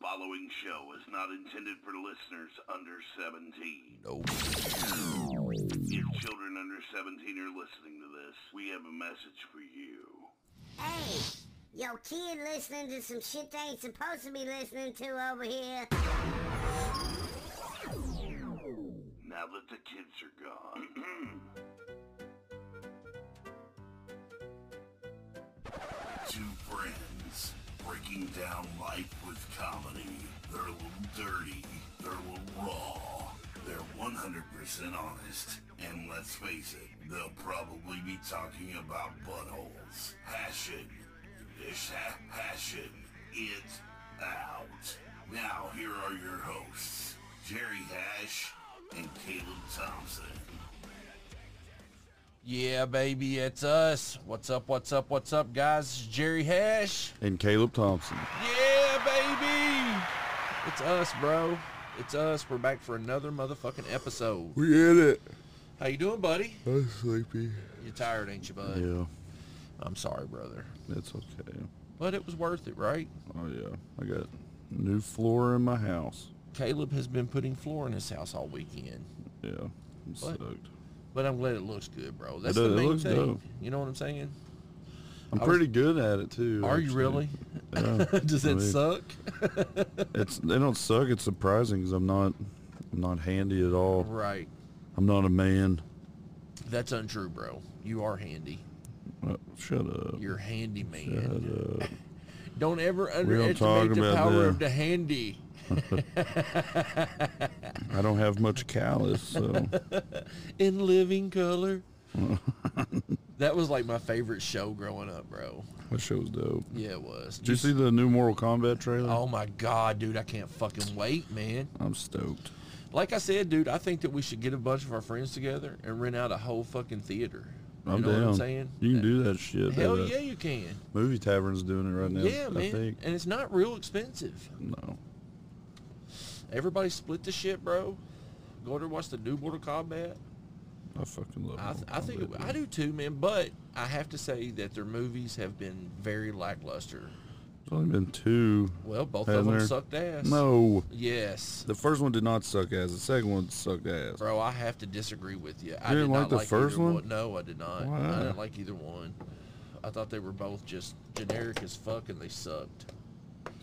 following show is not intended for listeners under 17. Nope. If children under 17 are listening to this, we have a message for you. Hey, yo, kid listening to some shit they ain't supposed to be listening to over here. Now that the kids are gone. Two friends breaking down life with comedy. They're a little dirty, they're a little raw, they're 100% honest, and let's face it, they'll probably be talking about buttholes. Hashing, this ha- hashing it out. Now, here are your hosts, Jerry Hash and Caleb Thompson. Yeah, baby, it's us. What's up, what's up, what's up, guys? It's Jerry Hash. and Caleb Thompson. Yeah, baby. It's us, bro. It's us. We're back for another motherfucking episode. We in it. How you doing, buddy? I'm sleepy. You tired, ain't you, bud? Yeah, I'm sorry, brother. it's okay. But it was worth it, right? Oh yeah, I got new floor in my house. Caleb has been putting floor in his house all weekend. Yeah, I'm What? stoked. But I'm glad it looks good, bro. That's does. the It main looks thing. dope. You know what I'm saying? I I'm was- pretty good at it too. Are you actually. really? Yeah. Does I it mean, suck? It's they don't suck. It's surprising because I'm not I'm not handy at all. right. I'm not a man. That's untrue, bro. You are handy. Uh, shut up. You're handy man. Shut up. Don't ever talk underestimate the about power that. of the handy. I don't have much callus, so in living color. that was like my favorite show growing up, bro. that show's dope. Yeah, it was. Did you see the new Mortal Kombat trailer? Oh my god, dude, I can't fucking wait, man. I'm stoked. Like I said, dude, I think that we should get a bunch of our friends together and rent out a whole fucking theater. I'm you know down. what I'm saying? You can do that shit. Hell Uh, yeah, you can. Movie Tavern's doing it right now. yeah, I man. think. And it's not real expensive. No. Everybody split the shit, bro. Go over there watch the new Mortal Kombat. I fucking love I, th- Mortal I think Kombat, it, I dude. do too, man. But I have to say that their movies have been very lackluster. There's only been two. Well, both of Hasn't them there? sucked ass. No. Yes, The first one did not suck ass. The second one sucked ass. bro. I have to disagree with you. I You did didn't not like the first either one? No, I did not. I Why? didn't like either one. I thought they were both just generic as fuck, and they sucked.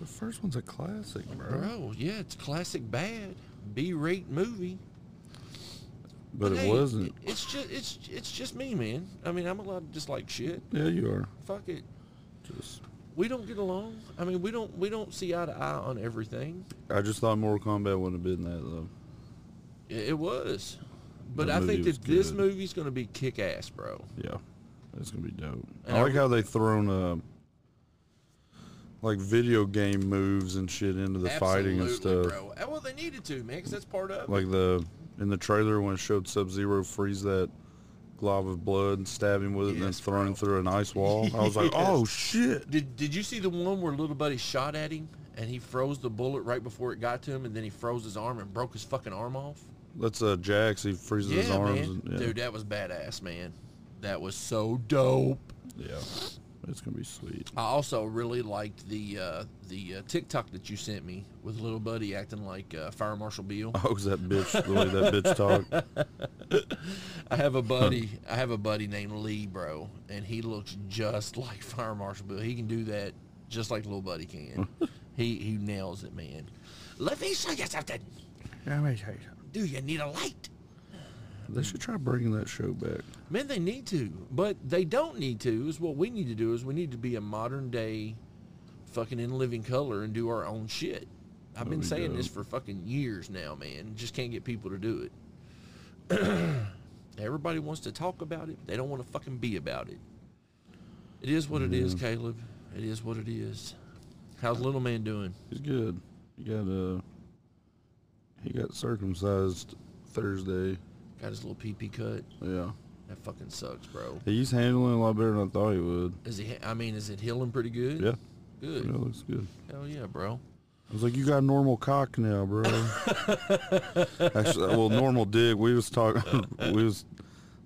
The first one's a classic, bro. Bro, yeah, it's classic bad B-rate movie. But it hey, wasn't. it- It's just it's it's just me, man. I mean, I'm allowed to just like shit. yeah, you are. Fuck it. Just. We don't get along. I mean, we don't we don't see eye to eye on everything. I just thought Mortal Kombat wouldn't have been that though. It, it was, but That I movie think was that this good. movie's gonna be kick ass, bro. Yeah, that's gonna be dope. And I I like re- how they thrown uh, like video game moves and shit into the fighting and Absolutely, stuff. bro. Uh, Well, they needed to, man, 'cause that's part of. it. like the in the trailer when it showed Sub Zero freeze that glob of blood and stab him with it and then Yes, throw him bro. through an ice wall. I was like, Yes. oh shit! Did Did you see the one where little buddy shot at him and he froze the bullet right before it got to him, and then he froze his arm and broke his fucking arm off? That's uh, Jax. He freezes his yeah, arms. man, And, yeah. dude, that was badass, man. That was so dope. yeah, it's gonna be sweet. I also really liked the uh, the uh, TikTok that you sent me with little buddy acting like uh, Fire Marshal Bill. Oh, is that bitch the way that bitch talk? I have a buddy. I have a buddy named Lee, bro, and he looks just like Fire Marshal Bill. He can do that just like little buddy can. he he nails it, man. Let me show you something. Do you need a light? They should try bringing that show back. Man, they need to, but they don't need to. Is what we need to do is we need to be a modern day, fucking in living color and do our own shit. I've been we saying go. this for fucking years now, man. Just can't get people to do it. Everybody wants to talk about it. They don't want to fucking be about it. It is what it is, Caleb. It is what it is. How's little man doing? He's good. He got uh, he got circumcised Thursday. Got his little pee pee cut. Yeah, That fucking sucks, bro. he's handling a lot better than I thought he would. Is he? I mean, is it healing pretty good? Yeah, Good. yeah, looks good. Hell yeah, bro. I was like, you got a normal cock now, bro. Actually, well, normal dick. We was talking. we was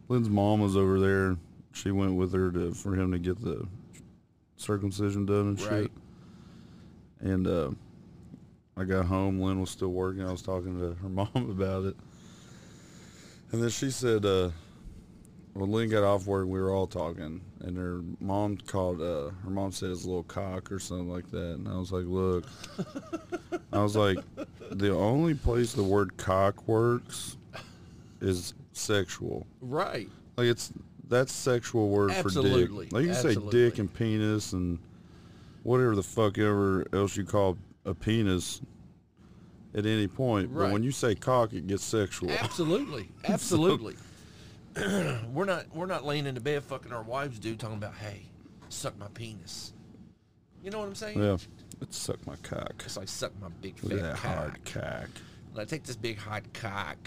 Lynn's mom was over there. She went with her to for him to get the circumcision done and Right. shit. And uh, I got home. Lynn was still working. I was talking to her mom about it. And then she said, uh, when Lynn got off work, we were all talking. And her mom called, uh, her mom said it's a little cock or something like that. And I was like, look. I was like, the only place the word cock works is sexual. Right. Like it's that's sexual word for Absolutely. dick. Like you say dick Absolutely. and penis and whatever the fuck ever else you call a penis at any point. But Right. when you say cock it gets sexual. Absolutely. Absolutely. we're not we're not laying in the bed fucking our wives do talking about, hey, suck my penis. You know what I'm saying? yeah. It suck my cock. It's like suck my big Look at fat that hard cock. cock. Like take this big hot cock.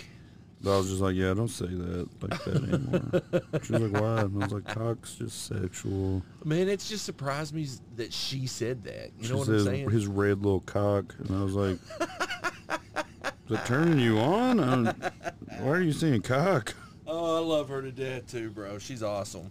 But I was just like, yeah, don't say that like that anymore. she was like, why? And I was like, cock's just sexual. Man, it's just surprised me that she said that. You she know what I'm says saying? his red little cock, and I was like, "Is it turning you on? i why are you seeing cock?" Oh, I love her to death too, bro. She's awesome.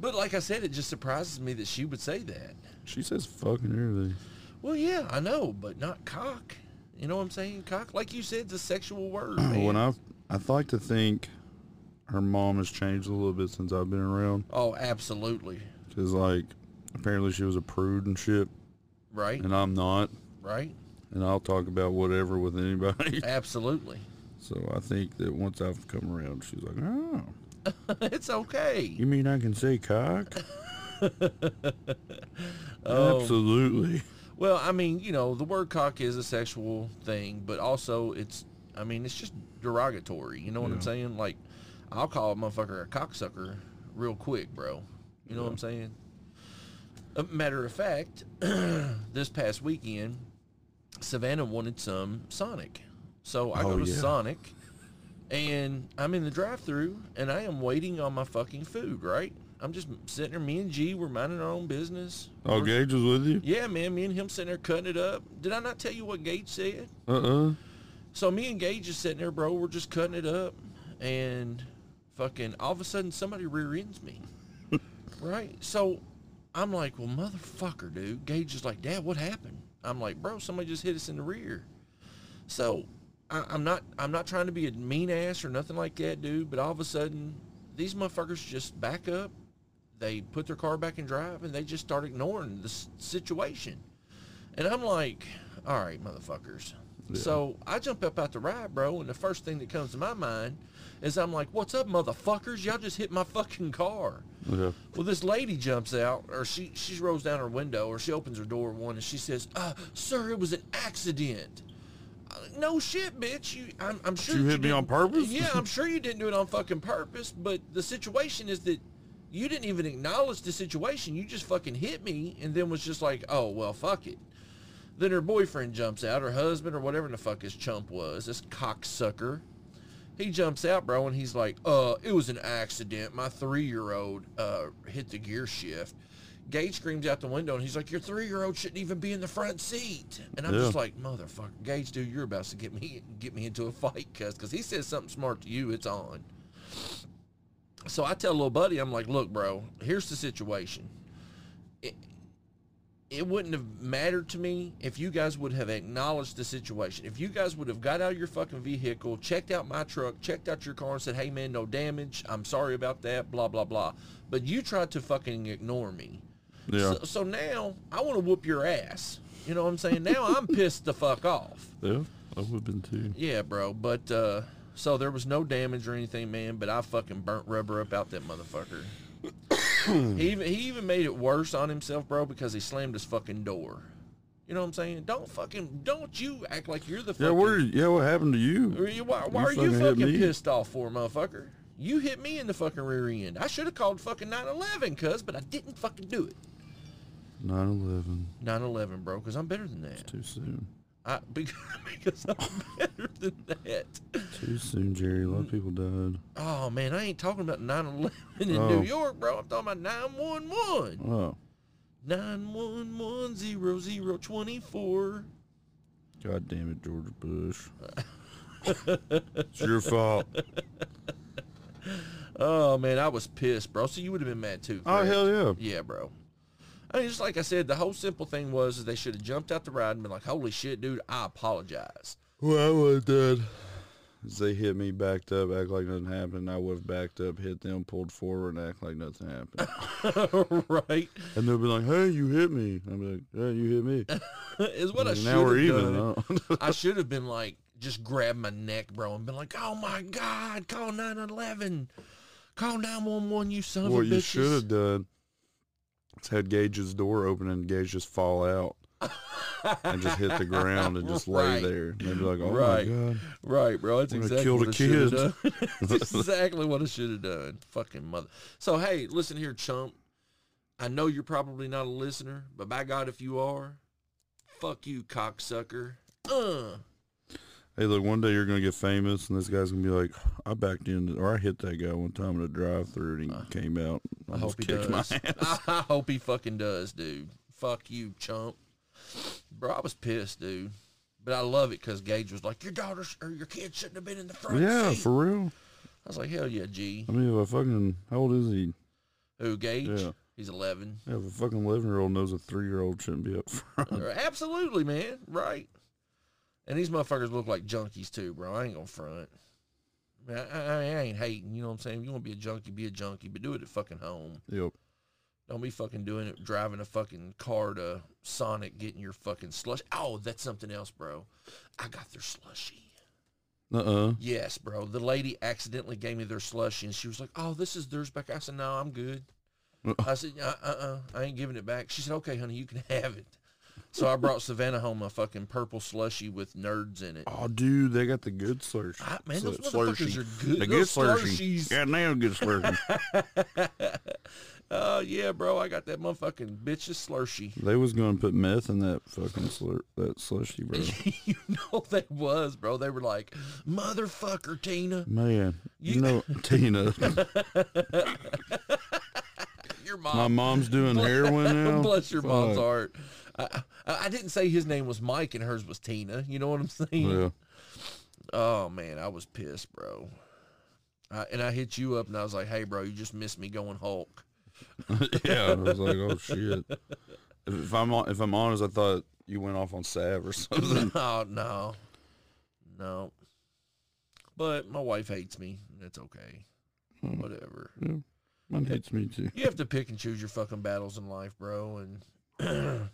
But like I said, it just surprises me that she would say that. She says fucking everything. Well, yeah, I know, but not cock. You know what I'm saying? Cock, like you said, it's a sexual word. Man. When I I like to think her mom has changed a little bit since I've been around, oh, absolutely. because like apparently she was a prude and shit, Right, and I'm not, right. and I'll talk about whatever with anybody. Absolutely. so I think that once I've come around, she's like, "Oh, it's okay. you mean I can say cock?" Oh. Absolutely. Well, I mean, you know, the word cock is a sexual thing, but also it's, I mean, it's just derogatory. You know what I'm Yeah. saying? Like, I'll call a motherfucker a cocksucker real quick, bro. You know what I'm saying? A matter of fact, this past weekend, Savannah wanted some Sonic. So I Oh, go to yeah. Sonic and I'm in the drive through and I am waiting on my fucking food, right? I'm just sitting there. Me and G, we're minding our own business. Oh, Gage was with you? Yeah, man, me and him sitting there cutting it up. Did I not tell you what Gage said? Uh-uh. So me and Gage is sitting there, bro. We're just cutting it up, and fucking all of a sudden somebody rear ends me. right? So I'm like, well, motherfucker, dude. Gage is like, Dad, what happened? I'm like, bro, somebody just hit us in the rear. So I, I'm not I'm not trying to be a mean ass or nothing like that, dude. But all of a sudden, these motherfuckers just back up. They put their car back in drive, and they just start ignoring the s- situation. And I'm like, all right, motherfuckers. So I jump up out the ride, bro, and the first thing that comes to my mind is I'm like, what's up, motherfuckers? Y'all just hit my fucking car. Yeah. Well, this lady jumps out, or she she rolls down her window, or she opens her door one, and she says, uh, "Sir, it was an accident." Uh, No shit, bitch. You, I'm, I'm sure you hit me on didn't- purpose? Yeah, I'm sure you didn't do it on fucking purpose. But the situation is that you didn't even acknowledge the situation. You just fucking hit me, and then was just like, "Oh well, fuck it." Then her boyfriend jumps out, her husband or whatever the fuck his chump was, this cocksucker. He jumps out, bro, and he's like, "Uh, it was an accident. My three-year-old uh hit the gear shift." Gage screams out the window, and he's like, "Your three-year-old shouldn't even be in the front seat." And I'm just Yeah. like, "Motherfucker, Gage, dude, you're about to get me get me into a fight, cuz, because he says something smart to you, it's on." So I tell little buddy, I'm like, "Look, bro, here's the situation it wouldn't have mattered to me if you guys would have acknowledged the situation. If you guys would have got out of your fucking vehicle, checked out my truck, checked out your car, and said, "Hey man, no damage. I'm sorry about that." Blah blah blah. But you tried to fucking ignore me. Yeah. So, so now I want to whoop your ass. You know what I'm saying? Now I'm pissed the fuck off. yeah. I would have been too. Yeah, bro. But uh, so there was no damage or anything, man. But I fucking burnt rubber up out that motherfucker. he even he even made it worse on himself, bro, because he slammed his fucking door. You know what I'm saying? Don't fucking don't you act like you're the Yeah, fucking. where? Yeah, what happened to Why, you? why you are you fucking hit fucking me. pissed off for, motherfucker? You hit me in the fucking rear end. I should have called fucking 911, cuz, but I didn't fucking do it. 9/11. 911, bro, because I'm better than that. Too soon. I, because, because I'm better than that. Too soon, Jerry. A lot of people died. Oh man, I ain't talking about 9/11 in Oh. New York, bro. I'm talking about 911. Oh, 9110024. God damn it, George Bush. it's your fault. Oh man, I was pissed, bro. So you would have been mad too. Oh correct? hell yeah. Yeah, bro. I mean, just like I said, the whole simple thing was is they should have jumped out the ride and been like, "Holy shit, dude! I apologize." Well, I would have done is they hit me, backed up, act like nothing happened. I would have backed up, hit them, pulled forward, and act like nothing happened. right? and they'll be like, "Hey, you hit me." I'm like, "Yeah, you hit me." Is what I And should now have we're even. done. huh? I should have been like, just grabbed my neck, bro, and been like, "Oh my god, call 911, call 911, you son what of a bitch." you should have done is had Gage's door open and Gage just fall out and just hit the ground and just lay Right. there. And they'd be like, "Oh Right. my god." Right, bro. That's I'm gonna exactly kill what the I should kids. have done. That's exactly what I should have done. Fucking mother. So hey, listen here, chump. I know you're probably not a listener, but by God, if you are, fuck you, cocksucker. Uh, Hey, look, one day you're gonna get famous, and this guy's gonna be like, "I backed in, or I hit that guy one time in a drive-through, and he came out. and Uh, I hope almost he kicked my does. I hope he fucking does, dude. Fuck you, chump. Bro, I was pissed, dude. But I love it because Gage was like, "Your daughter sh- or your kid shouldn't have been in the front Yeah, seat." for real. I was like, "Hell yeah, G." I mean, if a fucking how old is he? Who Gage? Yeah. He's eleven. Yeah, if a fucking eleven-year-old knows a three-year-old shouldn't be up Uh, front. Absolutely, man. Right. And these motherfuckers look like junkies too, bro. I ain't gonna front. I, mean, I, I- I ain't hating. You know what I'm saying? You want to be a junkie, be a junkie, but do it at fucking home. Yep. Don't be fucking doing it driving a fucking car to Sonic, getting your fucking slush. Oh, that's something else, bro. I got their slushy. Uh-uh. Yes, bro. The lady accidentally gave me their slushy, and she was like, "Oh, this is theirs back." I said, "No, I'm good." I said, "Uh, uh, uh I ain't giving it back." She said, "Okay, honey, you can have it." So I brought Savannah home a fucking purple slushy with nerds in it. Oh, dude, they got the good slursh. Ah, man, those slurshee. motherfuckers are good. The good Those slurshee. Slurshees. Yeah, now good slurshee. Oh yeah, bro, I got that motherfucking bitch's slushy. they was going to put meth in that fucking slur, that slushy, bro. you know they was, bro. They were like, "Motherfucker, Tina, Man, you You- know, Tina, your my mom." mom's doing heroin now. Bless your mom's Fuck. heart. I, I, I didn't say his name was Mike and hers was Tina. You know what I'm saying? Yeah. Oh man, I was pissed, bro. I, and I hit you up and I was like, "Hey, bro, you just missed me going Hulk." yeah, I was like, oh shit. If, if I'm hon- if I'm honest, I thought you went off on Sav or something. no, Oh, no, no. But my wife hates me. That's okay. Whatever. Mine hates me too. You have to pick and choose your fucking battles in life, bro. And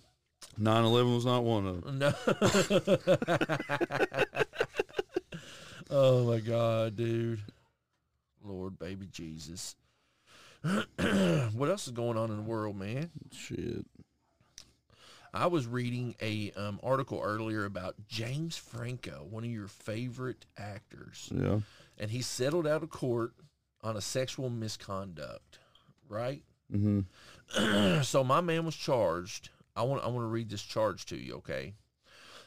9/11 was not one of them. no. oh my god, dude. Lord, baby Jesus. what else is going on in the world, man? Shit. I was reading a um, article earlier about James Franco, one of your favorite actors, Yeah. and he settled out of court on a sexual misconduct, right? Mm-hmm. so my man was charged. I want I want to read this charge to you, okay?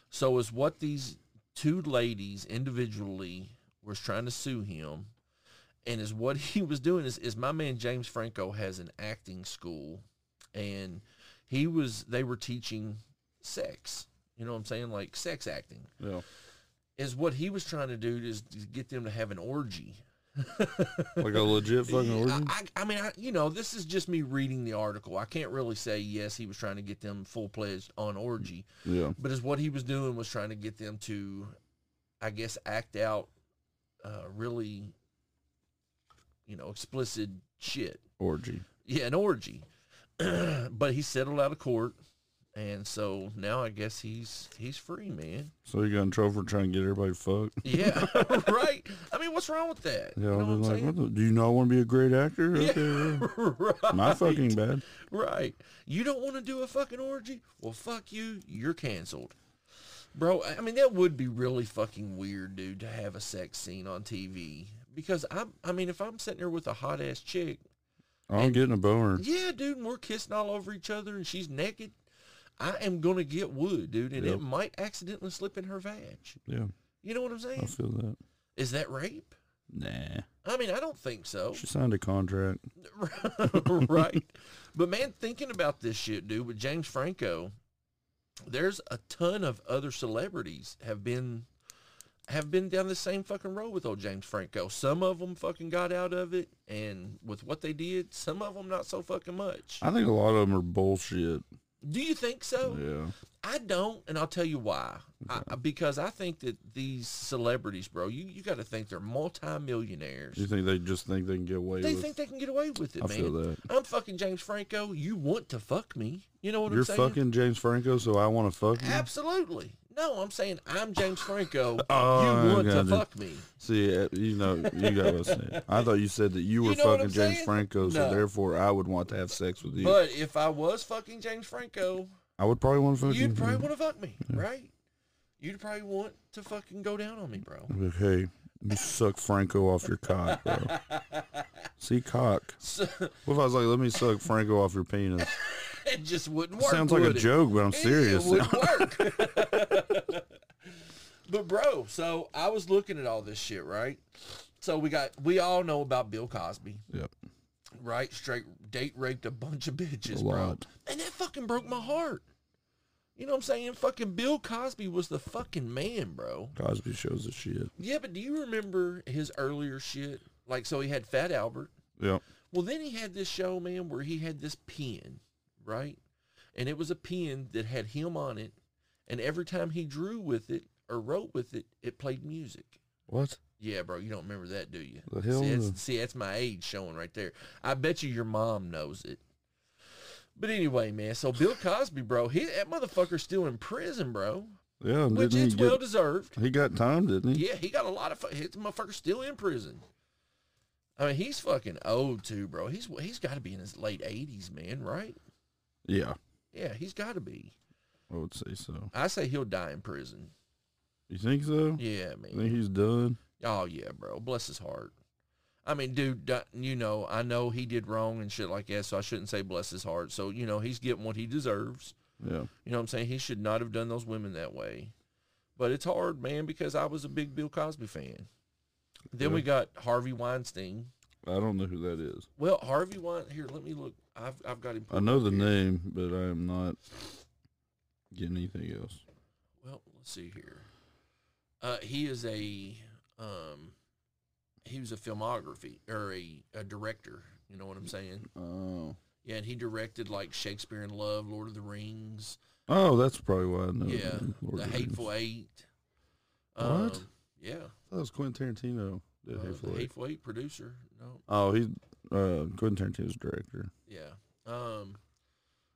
So is what these two ladies individually was trying to sue him, and is what he was doing is is my man James Franco has an acting school, and he was they were teaching sex. You know what I'm saying? Like sex acting Yeah. is what he was trying to do is to get them to have an orgy. Like a legit fucking Yeah, origin. I, I, I mean, I, you know, this is just me reading the article. I can't really say yes. He was trying to get them full pledged on orgy, Yeah. but is what he was doing was trying to get them to, I guess, act out uh, really, you know, explicit shit. Orgy. Yeah, an orgy. but he settled out of court, and so now I guess he's he's free, man. So you got in trouble for trying to get everybody fucked. Yeah, right. I mean, what's wrong with that? Yeah. you know I what I'm was like, saying? what the, do you not want to be a great actor? Okay, yeah. right. My fucking bad. Right. You don't want to do a fucking orgy? Well, fuck you. You're canceled. Bro, I I mean, that would be really fucking weird, dude, to have a sex scene on TV. Because, I'm, I mean, if I'm sitting there with a hot-ass chick, Oh, I'm getting a boner. yeah, dude, and we're kissing all over each other and she's naked, I am going to get wood, dude, and Yep. it might accidentally slip in her vag. Yeah. You know what I'm I saying? feel that. Is that rape? Nah. I mean, I don't think so. She signed a contract. right. But man, thinking about this shit, dude, with James Franco, there's a ton of other celebrities have been have been down the same fucking road with old James Franco. Some of them fucking got out of it, and with what they did, some of them not so fucking much. I think a lot of them are bullshit. Do you think so? Yeah. I don't, and I'll tell you why. I, because I think that these celebrities, bro, you, you got to think they're multimillionaires. You think they just think they can get away They with think they can get away with it, I man. feel that. I'm fucking James Franco. You want to fuck me? You know what You're I'm saying? fucking James Franco, so I want to fuck you. Absolutely. No, I'm saying I'm James Franco. Oh, you want to gotcha. fuck me? See, uh, you know, you got what I'm saying. I thought you said that you were know what I'm fucking James saying? Franco, so No. therefore I would want to have sex with you. But if I was fucking James Franco, I would probably want to fuck you. you'd probably want to fuck me, right? You'd probably want to fucking go down on me, bro. Like, hey, you suck Franco off your cock, bro. See, cock. So, What if I was like, let me suck Franco off your penis? it just wouldn't work. Sounds like a would it? joke, but I'm Yeah, serious. It would work. but bro, so I was looking at all this shit, right? So we got we all know about Bill Cosby, Yep. right? Straight date raped a bunch of bitches, A bro. lot. And that fucking broke my heart. You know what I'm saying? Fucking Bill Cosby was the fucking man, bro. Cosby shows the shit. Yeah, but do you remember his earlier shit? Like so he had Fat Albert. Yep. Well, then he had this show, man, where he had this pen, right? And it was a pen that had him on it, and every time he drew with it or wrote with it, it played music. What? Yeah, bro, you don't remember that, do you? The hell see, no. that's, see, that's my age showing right there. I bet you your mom knows it. But anyway, man, so Bill Cosby, bro, he, that motherfucker's still in prison, bro, Yeah, and which didn't it's he well get? deserved. He got time, didn't he? Yeah, he got a lot of fu- his motherfucker's still in prison. I mean, he's fucking old too, bro. He's he's got to be in his late eighties, man, right? Yeah, Yeah, he's got to be. I would say so. I say he'll die in prison. You think so? Yeah, You think man. he's done? Oh yeah, bro. Bless his heart. I mean, dude, di- you know, I know he did wrong and shit like that, so I shouldn't say bless his heart. So you know, he's getting what he deserves. Yeah. You know what I'm saying? He should not have done those women that way. But it's hard, man, because I was a big Bill Cosby fan. Then we got Harvey Weinstein. I don't know who that is. Well, Harvey Wein. Here, let me look. I've I've got him. I know the pulled up here. name, but I am not getting anything else. Well, let's see here. Uh, he is a um, he was a filmography or a, a director. You know what I'm saying? Oh. Yeah, and he directed like Shakespeare in Love, Lord of the Rings. Oh, that's probably why I know. the yeah, name, Lord The of Hateful Eight. What? Um, yeah, That was Quentin Tarantino. uh, did Hateful the Eight. Hateful Eight producer. No, Oh, he's uh, Quentin Tarantino's director. yeah. Um,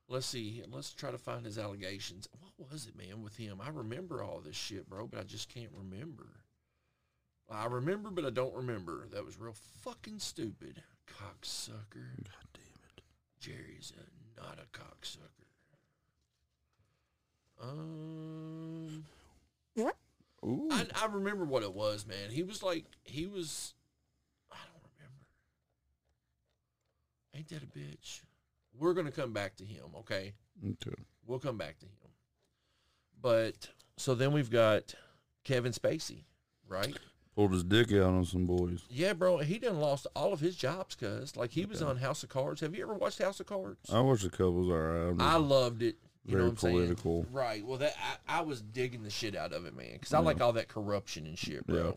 let's see. Let's try to find his allegations. What was it, man, with him? I remember all this shit, bro, but I just can't remember. I remember, but I don't remember. That was real fucking stupid, cocksucker. God damn it! Jerry's a, not a cocksucker. Um, Ooh, I, I remember what it was, man. He was like, he was. I don't remember. Ain't that a bitch? We're gonna come back to him, okay? okay. We'll come back to him. But so then we've got Kevin Spacey, right? Pulled his dick out on some boys. Yeah, bro. He done lost all of his jobs, cuz like he was on House of Cards. Have you ever watched House of Cards? I watched a couple's all right. I loved it. You know Very what I'm saying? political. Right. Well, that I, I was digging the shit out of it, man, because I like all that corruption and shit, bro. Yeah.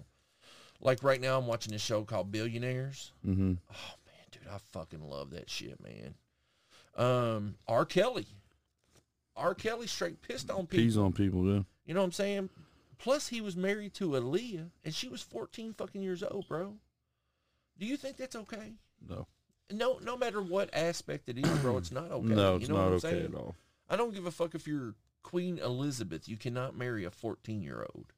Like right now, I'm watching this show called Billionaires. mm-hmm. Oh man, dude, I fucking love that shit, man. Um, R. Kelly. R. Kelly straight pissed on people. Peas on people, yeah. You know what I'm saying? Plus, he was married to Aaliyah, and she was 14 fucking years old, bro. Do you think that's okay? No, No, no matter what aspect it is, bro, it's not okay. no, it's you know not what I'm okay saying? at all. I don't give a fuck if you're Queen Elizabeth. You cannot marry a 14 year old.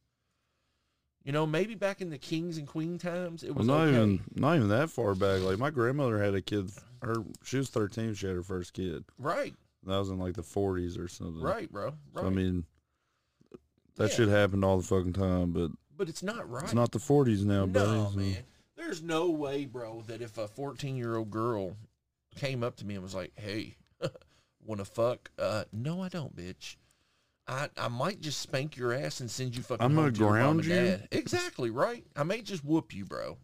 You know, maybe back in the kings and queen times, it Well, was not okay. even not even that far back. Like my grandmother had a kid. Her she was 13. She had her first kid. right, That was in like the 40s or something. right, bro. Right. So, I mean, that Yeah. shit happened all the fucking time, but but it's not right. it's not the 40s now, buddy. No, so- man. There's no way, bro, that if a 14 year old girl came up to me and was like, hey, want to fuck? Uh, no, I don't, bitch. I, I might just spank your ass and send you fucking. I'm home gonna to your mom ground and you? dad." Exactly right. I may just whoop you, bro.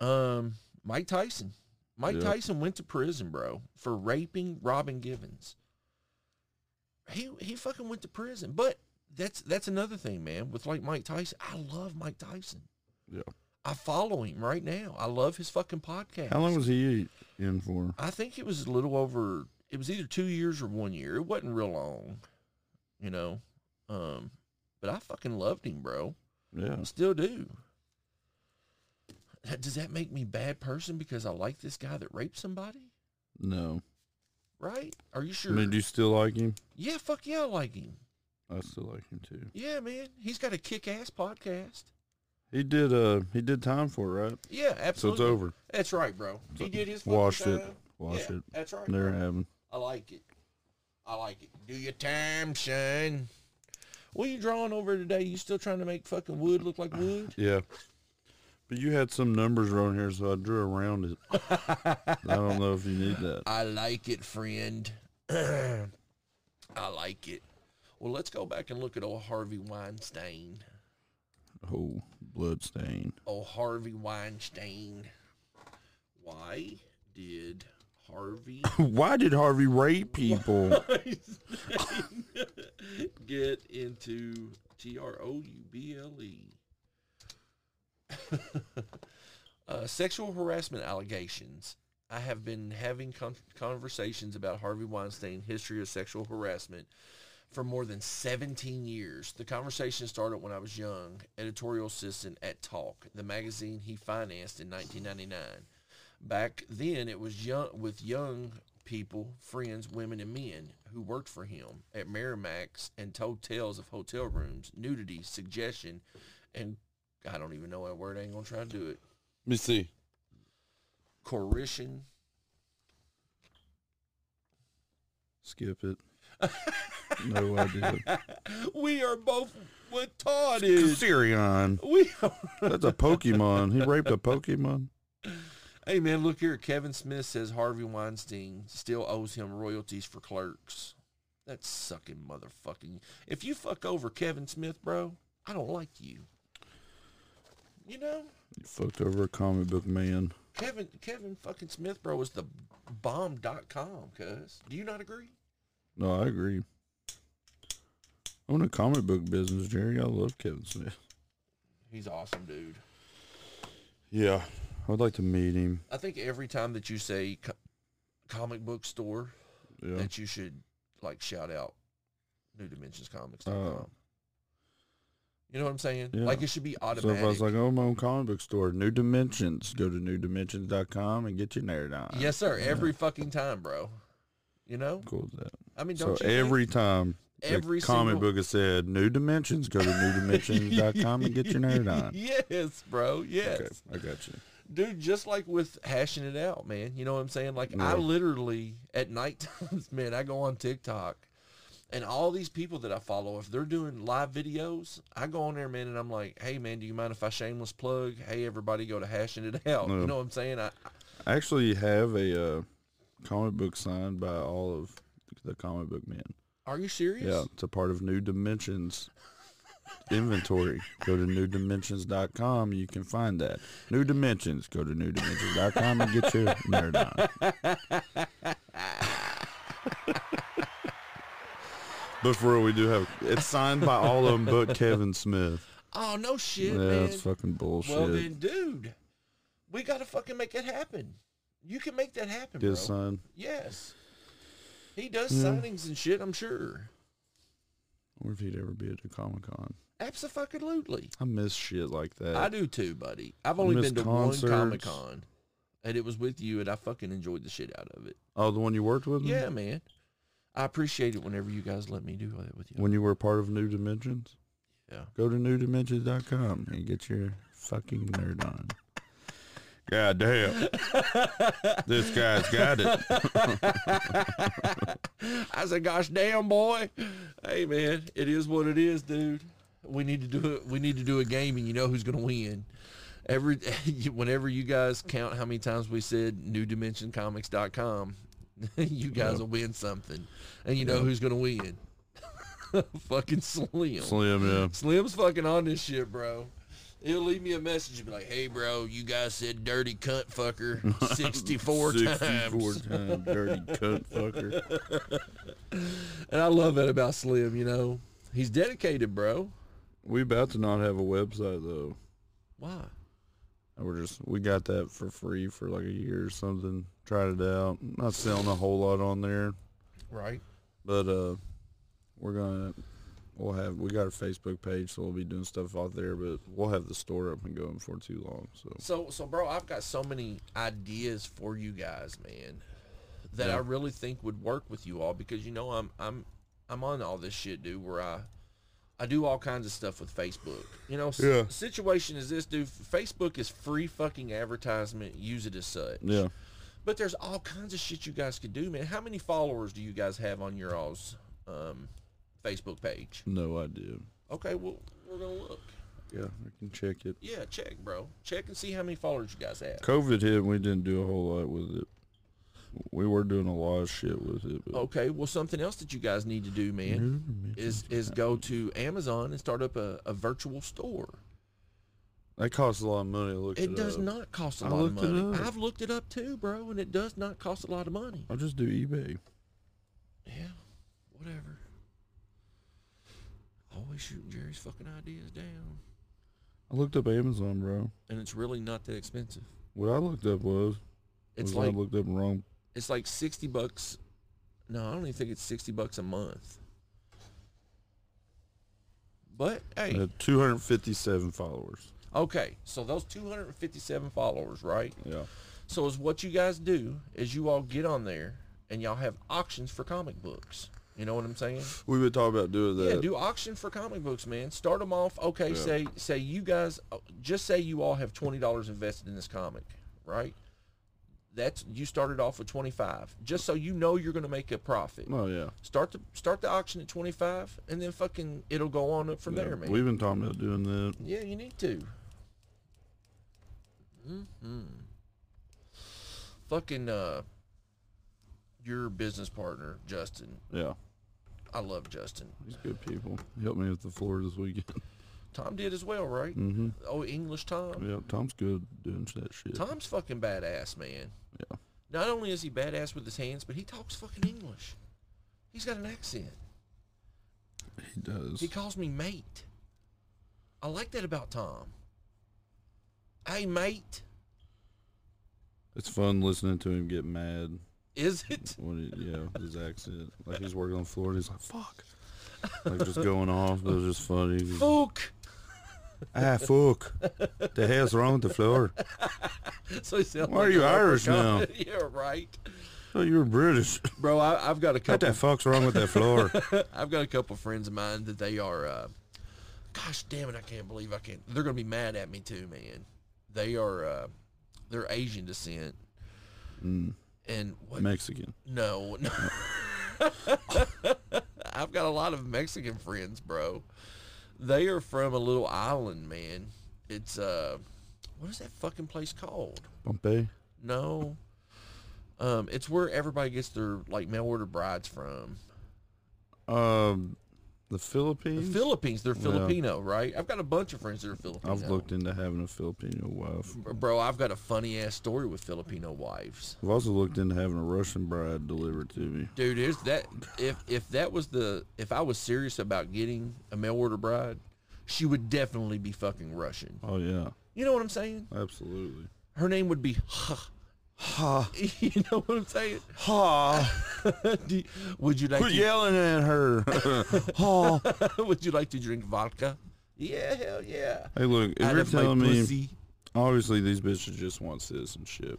Um, Mike Tyson. Mike Yeah. Tyson went to prison, bro, for raping Robin Givens. He he fucking went to prison, but that's that's another thing, man. With like Mike Tyson, I love Mike Tyson. Yeah. I follow him right now. I love his fucking podcast. How long was he in for? I think it was a little over. It was either two years or one year. It wasn't real long, you know. Um, but I fucking loved him, bro. Yeah. Still do. That- Does that make me bad person because I like this guy that raped somebody? No. Right? Are you I sure? mean, do you still like him? yeah, fuck yeah, I like him. I still like him too. Yeah, man, he's got a kick-ass podcast. He did. Uh, he did time for it, right? Yeah, So it's absolutely. over. That's right, bro. He did his fucking Washed it. time. Washed Yeah, it. That's right. bro. There it happened. I like it. I like it. Do your time, son. What are you drawing over today? You still trying to make fucking wood look like wood? Yeah. But you had some numbers around here, so I drew around it. I don't know if you need that. I like it, friend. I like it. Well, let's go back and look at old Harvey Weinstein. Oh, blood stain. Old Harvey Weinstein. Why did Harvey Why did Harvey rape people? get into T R O U B L E. Uh, sexual harassment allegations. I have been having con- conversations about Harvey Weinstein's history of sexual harassment for more than 17 years. The conversation started when I was young, editorial assistant at Talk, the magazine he financed in 1999. Back then, it was young with young people, friends, women, and men who worked for him at Merrimack's and told tales of hotel rooms, nudity, suggestion, and I don't even know that word. I ain't gonna try to do it. Let me see. Coercion. Skip it. No idea. We are both retarded. Sirion. We are. That's a Pokemon. He raped a Pokemon. Hey man, look here. Kevin Smith says Harvey Weinstein still owes him royalties for clerks. That's sucking motherfucking. If you fuck over Kevin Smith, bro, I don't like you. You know, You fucked over a comic book man. Kevin Kevin fucking Smith, bro, is the bomb.com, cuz. Do you not agree? No, I agree. Own a comic book business, Jerry. I love Kevin Smith. He's awesome, dude. Yeah. I'd like to meet him. I think every time that you say co- comic book store, Yeah. that you should like shout out New Dimensions Comics. Oh. You know what I'm saying? Yeah. Like it should be So automatic. if I was like, oh, my own comic book store, New Dimensions, go to newdimensions.com and get your nerd on. yes, sir. Every fucking time, bro. You know? Cool with that. I mean, So don't you think- every time the Every comic single- book has said New Dimensions, go to newdimensions.com and get your nerd on. Yes, bro. Yes. Okay, I got you. dude, just like with hashing it out, man. You know what I'm saying? Like Yeah. I literally at night times, man, I go on TikTok and all these people that I follow, if they're doing live videos, I go on there, man, and I'm like, hey man, do you mind if I shameless plug? Hey everybody go to hashing it out. Yeah. You know what I'm saying? I I actually have a uh, comic book signed by all of the comic book men. are you serious? Yeah, it's a part of New Dimensions inventory. Go to newdimensions.com. You can find that. New Dimensions. Go to newdimensions.com and get your nerd on. but for real, we do have it's signed by all of them but Kevin Smith. Oh no shit, yeah, man. that's fucking bullshit. well then dude, we gotta fucking make it happen. You can make that happen, His bro. son. Yes. He does signings and shit, I'm sure. Or if he'd ever be at a Comic Con. Absolutely. I miss shit like that. I do too, buddy. I've only miss been to concerts. one Comic Con, and it was with you, and I fucking enjoyed the shit out of it. oh, the one you worked with? him? Yeah, man. I appreciate it whenever you guys let me do that with you. When you were part of New Dimensions? Yeah. Go to newdimensions.com and get your fucking nerd on. God damn. this guy's got it. I said, "Gosh damn, boy." Hey, man, it is what it is, dude. We need to do it. We need to do a game, and you know who's gonna win. Every whenever you guys count how many times we said newdimensioncomics.com, you guys will win something, and you know who's gonna win. Fucking Slim. Slim, yeah. Slim's fucking on this shit, bro. He'll leave me a message and be like, "Hey, bro, you guys said dirty cunt fucker sixty-four 64 times," times dirty cunt fucker. and I love that about Slim. You know, He's dedicated, bro. We about to not have a website though. Why? And We're just we got that for free for like a year or something. Tried it out. Not selling a whole lot on there, Right. but uh, we're gonna we'll have we got a Facebook page, so we'll be doing stuff out there. But we'll have the store up and going for too long. So So, so, bro, I've got so many ideas for you guys, man, that I really think would work with you all because you know I'm I'm I'm on all this shit, dude. Where I I do all kinds of stuff with Facebook. You know, s- Yeah. situation is this, dude. Facebook is free fucking advertisement. Use it as such. yeah, But there's all kinds of shit you guys could do, man. How many followers do you guys have on your all's um, Facebook page? no idea. Okay, well, we're gonna look. Yeah, I can check it. Yeah, check, bro. Check and see how many followers you guys have. COVID hit, and we didn't do a whole lot with it. We were doing a lot of shit with it. But Okay, well, something else that you guys need to do, man, is is go to Amazon and start up a, a virtual store. That costs a lot of money. I looked It it does up. not cost a I lot of looked it money. up. I've looked it up too, bro, and it does not cost a lot of money. I'll just do eBay. Yeah, whatever. Always shooting Jerry's fucking ideas down, I looked up Amazon, bro. and it's really not that expensive. What I looked up was It's was like I looked up wrong. it's like sixty bucks. No, I don't even think it's sixty bucks a month. But hey, I had 257 followers. Okay, so those 257 followers, right? Yeah. So is what you guys do is you all get on there and y'all have auctions for comic books. You know what I'm saying? We've been talking about doing that. yeah, do auction for comic books, man. Start them off. Okay, Yeah. say say you guys uh, just say you all have twenty dollars invested in this comic, right? That's you started off with twenty five, just so you know you're going to make a profit. Oh, yeah. Start the start the auction at twenty five, and then fucking it'll go on up from Yeah. there, man. We've been talking about doing that. Yeah, you need to. Mm-hmm. Fucking uh, your business partner, Justin. Yeah. I love Justin. These good people. He helped me with the floor this weekend. Tom did as well, right? Mm-hmm. Oh, English Tom. yeah, Tom's good doing that shit. Tom's fucking badass, man. Yeah. Not only is he badass with his hands, but he talks fucking English. He's got an accent. He does. He calls me mate. I like that about Tom. Hey, mate. it's fun listening to him get mad. Is it? When he, yeah, his accent. Like he's working on the floor and he's like, fuck. Like just going off. It was just funny. He's- Fuck. ah, fuck. The hell's wrong with the floor? So he sounds Why are like you a leper Irish now? comic. yeah, right, Oh, you were British. bro. I, I've got a What couple. the fuck's wrong with that floor? I've got a couple friends of mine that they are. Uh, gosh damn it! I can't believe I can't. They're gonna be mad at me too, man. They are. Uh, they're Asian descent. Mm. And what? Mexican. no, no. I've got a lot of Mexican friends, bro. They are from a little island, man. It's uh, what is that fucking place called? Pompeii. No. Um, it's where everybody gets their like mail order brides from. Um, the The Philippines. Philippines, they're Filipino, right? I've got a bunch of friends that are Filipino. I've looked into having a Filipino wife. bro. I've got a funny ass story with Filipino wives, I've also looked into having a Russian bride delivered to me. dude. Is that if if that was the if I was serious about getting a mail order bride, she would definitely be fucking Russian. Oh yeah, You know what I'm saying? absolutely. Her name would be Ha. Ha You know what I'm saying? ha! Do you- would you like Quit to yelling at her. ha! Would you like to drink vodka? Yeah, hell yeah. Hey, look, if Out you're of my telling me, pussy. obviously these bitches just want citizenship,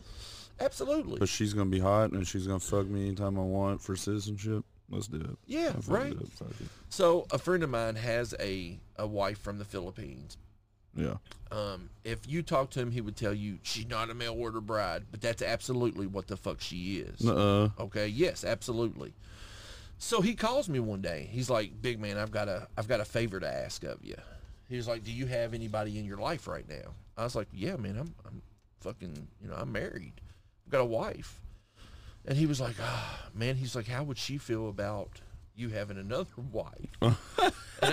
Absolutely. but she's gonna be hot and she's gonna fuck me anytime I want for citizenship. Let's do it. Yeah, I'll fuck right. it up, fuck it. So a friend of mine has a, a wife from the Philippines. Yeah. Um, if you talk to him, he would tell you she's not a mail order bride, but that's absolutely what the fuck she is. Uh. Okay. Yes, absolutely. So he calls me one day. He's like, "Big man, I've got a I've got a favor to ask of you." He was like, "Do you have anybody in your life right now?" I was like, "Yeah, man, I'm I'm fucking you know I'm married. I've got a wife." And he was like, "Ah, man," he's like, "How would she feel about you having another wife?" and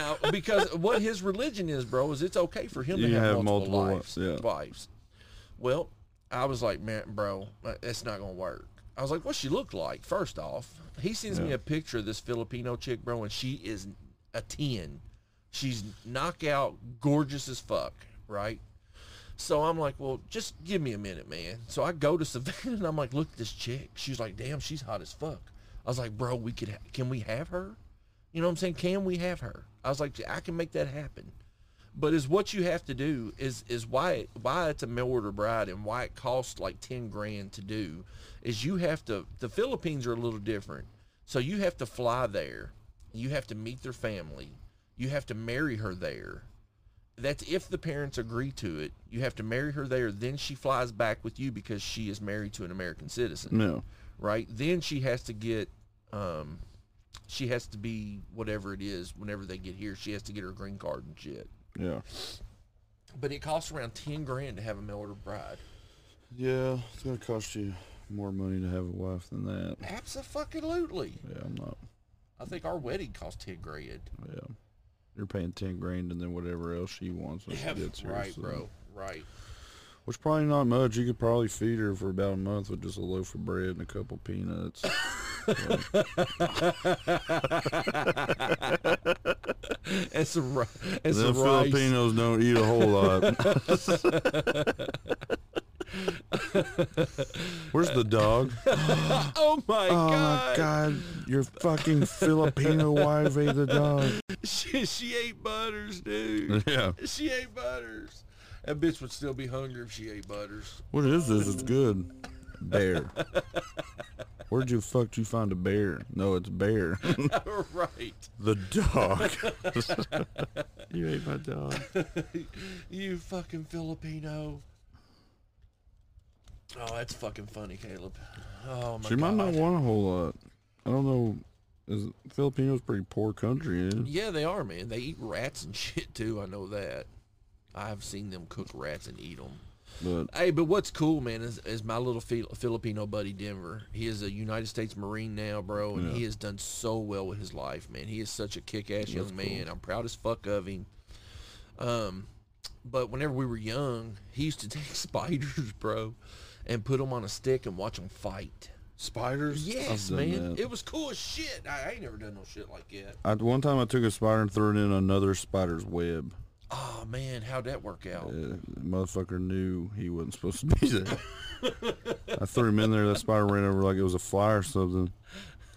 I, because what his religion is, bro, is it's okay for him You to have, have multiple, multiple lives, wives, yeah. wives. Well, I was like, man, bro, that's not gonna work. I was like, what she looked like? First off, he sends me a picture of this Filipino chick, bro, and she is a 10. She's knockout, gorgeous as fuck, right? So I'm like, well, just give me a minute, man. So I go to Savannah and I'm like, look at this chick. She's like, damn, she's hot as fuck. I was like, bro, we could, ha- can we have her? You know what I'm saying? Can we have her? I was like, I can make that happen. But is what you have to do is is why it, why it's a mail order bride and why it costs like ten grand to do is you have to the Philippines are a little different. So you have to fly there. You have to meet their family. You have to marry her there that's if the parents agree to it. You have to marry her there. Then she flies back with you because she is married to an American citizen, No. right? Then she has to get, um, she has to be whatever it is. Whenever they get here, she has to get her green card and shit. Yeah. But it costs around ten grand to have a mail order bride. Yeah, it's gonna cost you more money to have a wife than that. Absolutely. Yeah, I'm not. I think our wedding cost ten grand. Yeah. You're paying ten grand and then whatever else she wants when she gets here. right, so- bro. Right. Which probably not much. You could probably feed her for about a month with just a loaf of bread and a couple peanuts. It's a ri- it's a Them rice. Filipinos don't eat a whole lot. Where's the dog? Oh my Oh god. my god, your fucking Filipino wife ate the dog. she, she ate butters, dude. Yeah. She ate butters. That bitch would still be hungry if she ate butters. What is this? It's good. Bear. Where'd you fuck you find a bear? No, it's bear. right. the dog. you ate my dog. You fucking Filipino. Oh, that's fucking funny, Caleb. Oh my She god. might not want a whole lot. I don't know. Is Filipinos pretty poor country? Is Yeah, they are, man. They eat rats and shit too. I know that. I've seen them cook rats and eat them. but Hey, but what's cool, man, is, is my little Fil- Filipino buddy Denver. He is a United States Marine now, bro, and he has done so well with his life, man. He is such a kick-ass young man. I'm proud as fuck of him. Um, but whenever we were young, he used to take spiders, bro, and put them on a stick and watch them fight. spiders. Yes, man, it was cool as shit. I, I ain't never done no shit like that. I, one time I took a spider and threw it in another spider's web. Oh man, how'd that work out? Uh, the motherfucker knew he wasn't supposed to be there. I threw him in there. That spider ran over like it was a fly or something,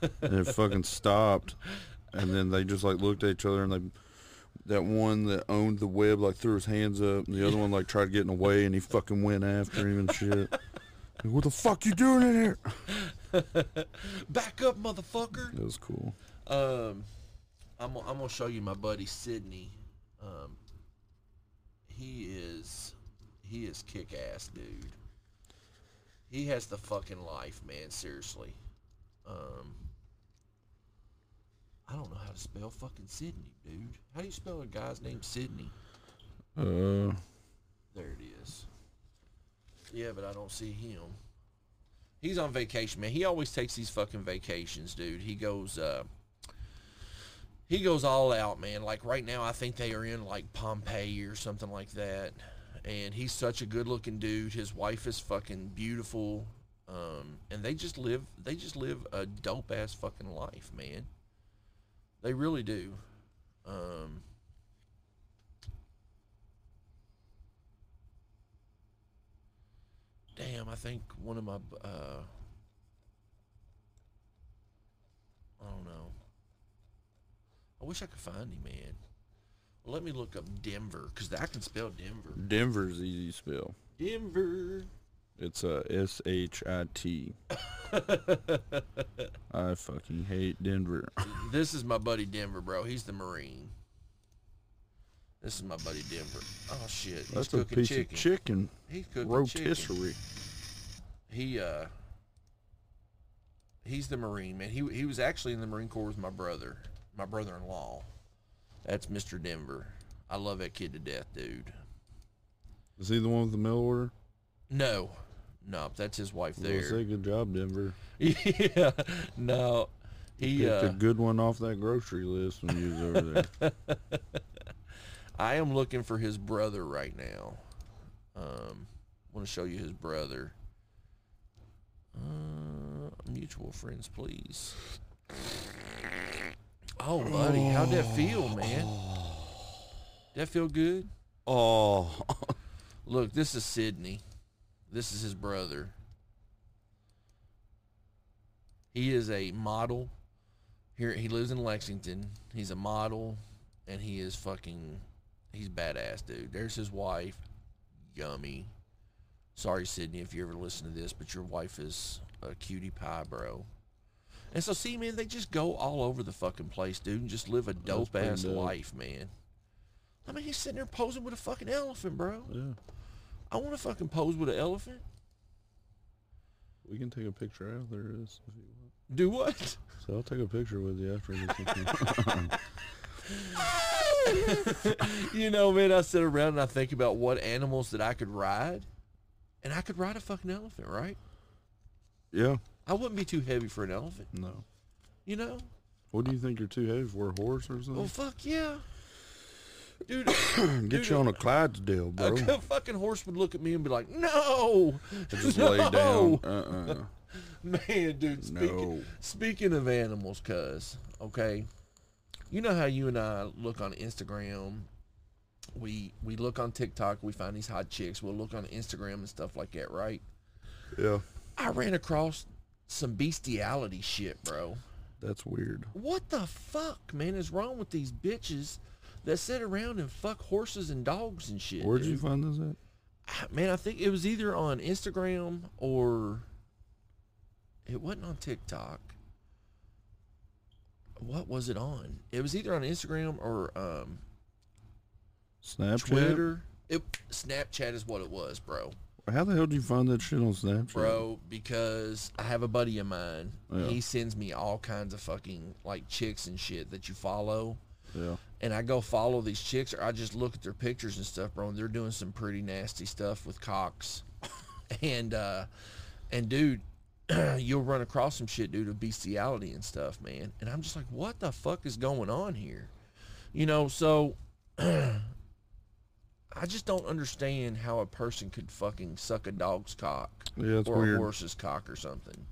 and it fucking stopped. And then they just like looked at each other, and they that one that owned the web like threw his hands up, and the other one like tried getting away, and he fucking went after him and shit. Like, what the fuck you doing in here? Back up, motherfucker. That was cool. Um, I'm gonna- I'm gonna show you my buddy Sydney. Um, he is he is kick ass, dude. He has the fucking life, man. Seriously. Um, I don't know how to spell fucking Sydney, dude. How do you spell a guy's name Sydney? Uh, There it is. Yeah, but I don't see him. He's on vacation, man. He always takes these fucking vacations, dude. He goes uh he goes all out, man. Like right now I think they are in like Pompeii or something like that. And he's such a good-looking dude. His wife is fucking beautiful. Um and they just live they just live a dope ass fucking life, man. They really do. Um Damn, I think one of my b- uh I don't know. I wish I could find him, man. Well, let me look up Denver cuz I can spell Denver. Denver's easy spell. Denver. It's a S H I T. I fucking hate Denver. This is my buddy Denver, bro. He's the Marine. This is my buddy Denver. Oh shit, he's That's a cooking piece chicken. of chicken. he's cooking chicken. rotisserie. he uh he's the marine man he he was actually in the marine corps with my brother my brother-in-law that's mr denver i love that kid to death dude Is he the one with the mail order? no no that's his wife Well, say there good job, Denver. yeah no he Picked uh a good one off that grocery list when you was over there. i am looking for his brother right now um want to show you his brother uh mutual friends please Oh, buddy, how'd that feel, man? That feel good? Oh, Look, this is Sydney. This is his brother. He is a model. Here he lives in Lexington. He's a model and he is fucking he's badass, dude. There's his wife. Yummy. Sorry, Sydney, if you ever listen to this, but your wife is a cutie pie, bro. And so see, man, they just go all over the fucking place, dude, and just live a dope pretty ass dope. life, man. I mean, he's sitting there posing with a fucking elephant, bro. yeah. I want to fucking pose with an elephant. We can take a picture after this if you want. Do what? So I'll take a picture with you after this. you know, man, I sit around and I think about what animals that I could ride. And I could ride a fucking elephant, right? yeah. I wouldn't be too heavy for an elephant, No. you know? What do you think you're too heavy for? A horse or Well, something? fuck yeah. Dude, Get you on a Clydesdale, a bro. good fucking horse would look at me and be like, no! Just no! lay down. Uh-uh. Man, dude, speaking, No. speaking of animals, cuz, okay, you know how you and I look on Instagram. We we look on TikTok, we find these hot chicks, we'll look on Instagram and stuff like that, right? yeah. I ran across some bestiality shit, bro. That's weird. What the fuck, man, is wrong with these bitches that sit around and fuck horses and dogs and shit? Where'd dude? you find this at? I- man, I think it was either on Instagram or it wasn't on TikTok. What was it on? It was either on Instagram or um, Snapchat? Twitter. It Snapchat is what it was, bro. How the hell did you find that shit on Snapchat? Bro, because I have a buddy of mine. Yeah. He sends me all kinds of fucking like chicks and shit that you follow. Yeah. and I go follow these chicks, or I just look at their pictures and stuff, bro. And they're doing some pretty nasty stuff with cocks, and uh, and dude, you'll run across some shit, dude, of bestiality and stuff, man. And I'm just like, what the fuck is going on here? You know, so I just don't understand how a person could fucking suck a dog's cock Yeah, it's or weird. a horse's cock or something.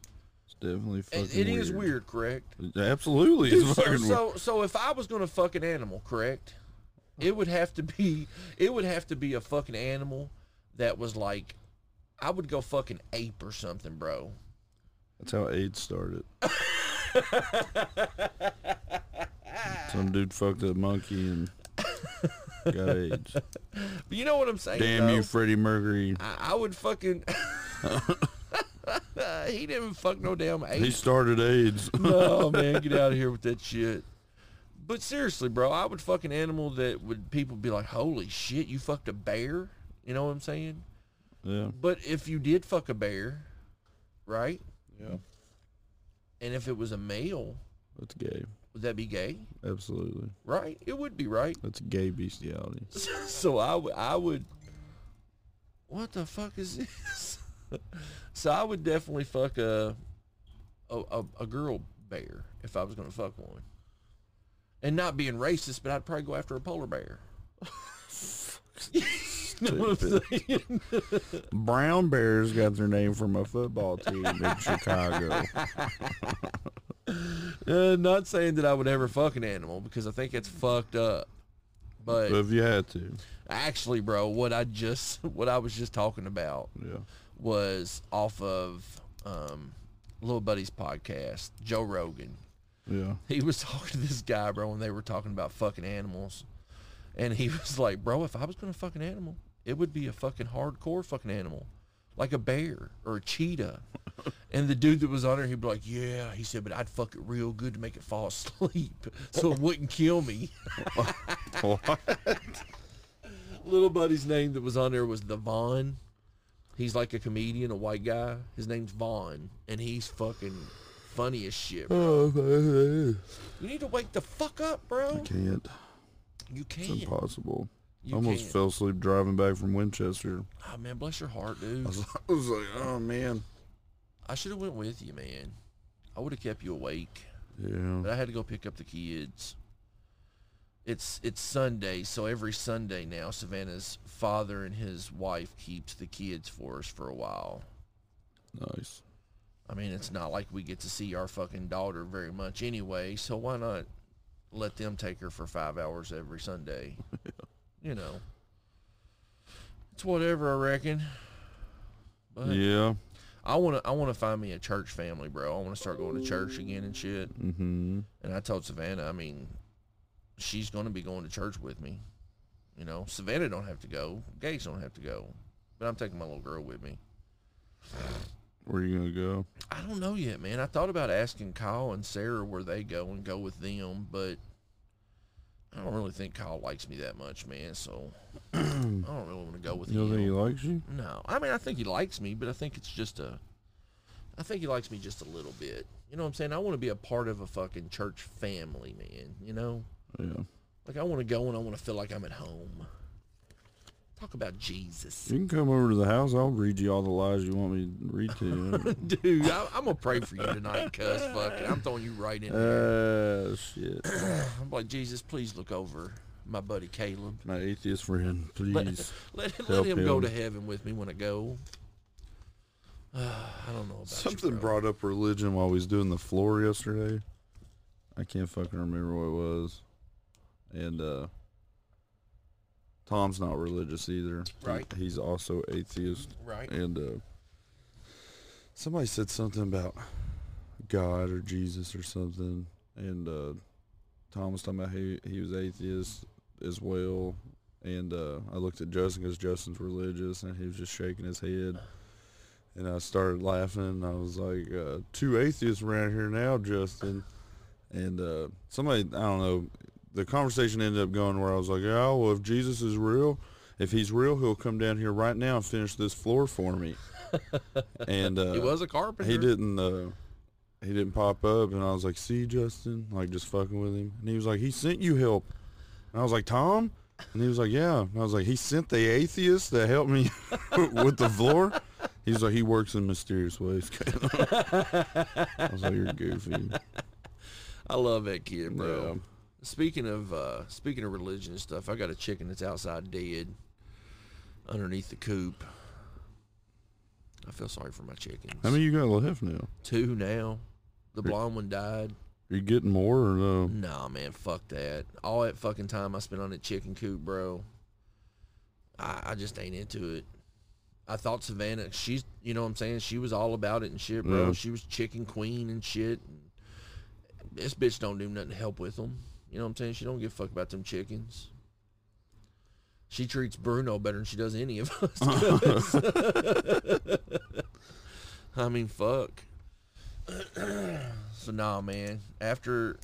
It's definitely fucking It, it weird. is weird, correct? Absolutely. It's Dude, so- fucking weird. so, so if I was gonna fuck an animal, correct? It would have to be it would have to be a fucking animal that was like I would go fucking ape or something, bro. That's how AIDS started. Some dude fucked a monkey and got AIDS. But you know what I'm saying? Damn though? you, Freddie Mercury. I, I would fucking He didn't fuck no damn ape. He started AIDS. no Oh, man, get out of here with that shit. But seriously, bro, I would fuck an animal that would people be like, Holy shit, you fucked a bear? You know what I'm saying? yeah. But if you did fuck a bear, right? Yeah. And if it was a male, That's gay. would that be gay? Absolutely. Right? It would be right. That's gay bestiality. so I would. I would. What the fuck is this? so I would definitely fuck a, a a a girl bear if I was gonna fuck one. And not being racist, but I'd probably go after a polar bear. You know what I'm saying? Brown Bears got their name from a football team in Chicago. Uh, not saying that I would ever fuck an animal because I think it's fucked up. But if you had to. Actually, bro, what I just what I was just talking about Yeah. was off of um Little Buddy's podcast, Joe Rogan. Yeah. He was talking to this guy, bro, and they were talking about fucking animals. And he was like, Bro, if I was gonna fuck an animal, it would be a fucking hardcore fucking animal. Like a bear or a cheetah. And the dude that was on there, he'd be like, Yeah, he said, but I'd fuck it real good to make it fall asleep so it wouldn't kill me. Oh, little buddy's name that was on there was the Vaughn. He's like a comedian, a white guy. His name's Vaughn, and he's fucking funny as shit. bro. You need to wake the fuck up, bro. Can't. You It's can't. impossible. You Almost can't. fell asleep driving back from Winchester. Oh man, bless your heart, dude. I was like, oh man. I should have went with you, man. I would have kept you awake, Yeah. but I had to go pick up the kids. It's it's Sunday, so every Sunday now, Savannah's father and his wife keeps the kids for us for a while. Nice. I mean, it's not like we get to see our fucking daughter very much anyway, so why not let them take her for five hours every Sunday. You know, it's whatever I reckon. But Yeah. I wanna I wanna find me a church family, bro. I wanna start going to church again and shit. Mm-hmm. And I told Savannah, I mean, she's gonna be going to church with me. You know, Savannah don't have to go. Gage don't have to go. But I'm taking my little girl with me. Where you gonna go? I don't know yet, man. I thought about asking Kyle and Sarah where they go and go with them, but I don't really think Kyle likes me that much, man. So I don't really want to go with You don't him. think he likes you? no, I mean I think he likes me, but I think it's just a. I think he likes me just a little bit. You know what I'm saying? I want to be a part of a fucking church family, man. You know, Yeah. like I want to go and I want to feel like I'm at home. Talk about Jesus, You can come over to the house. I'll read you all the lies you want me to read to you. dude. I, I'm gonna pray for you tonight, cuz fucking. I'm throwing you right in there. uh, shit. I'm like, Jesus, please look over my buddy Caleb. My atheist friend, please. Let, let Help him, go him. to heaven with me when I go. Uh, I don't know about Something you, bro. brought up religion while we was doing the floor yesterday. I can't fucking remember what it was. And uh Tom's not religious either. He- Right. he's also atheist. Right. And uh somebody said something about God or Jesus or something. And uh Tom was talking about he he was atheist as well. And uh I looked at Justin because Justin's religious and he was just shaking his head. And I started laughing. And I was like, uh, two atheists around here now, Justin. And uh, somebody, I don't know, the conversation ended up going where I was like, oh, well, if Jesus is real, if he's real, he'll come down here right now and finish this floor for me. and uh, He was a carpenter. he didn't. Uh, he didn't pop up, and I was like, "See, Justin," like just fucking with him. And he was like, "He sent you help," and I was like, "Tom," and he was like, "Yeah," and I was like, "He sent the atheist that helped me with the floor." He was like, "He works in mysterious ways." I was like, "You're goofy, I love that kid, bro. Yeah. Speaking of uh, speaking of religion and stuff, I got a chicken that's outside dead underneath the coop. I feel sorry for my chickens. How many you got left now? two now. The blonde one died. Are you getting more or no? Nah, man, fuck that. All that fucking time I spent on that chicken coop, bro. I, I just ain't into it. I thought Savannah, she's, you know what I'm saying? She was all about it and shit, bro. Yeah. She was chicken queen and shit. This bitch don't do nothing to help with them. You know what I'm saying? She don't give a fuck about them chickens. She treats Bruno better than she does any of us. I mean, fuck. so nah, man. After,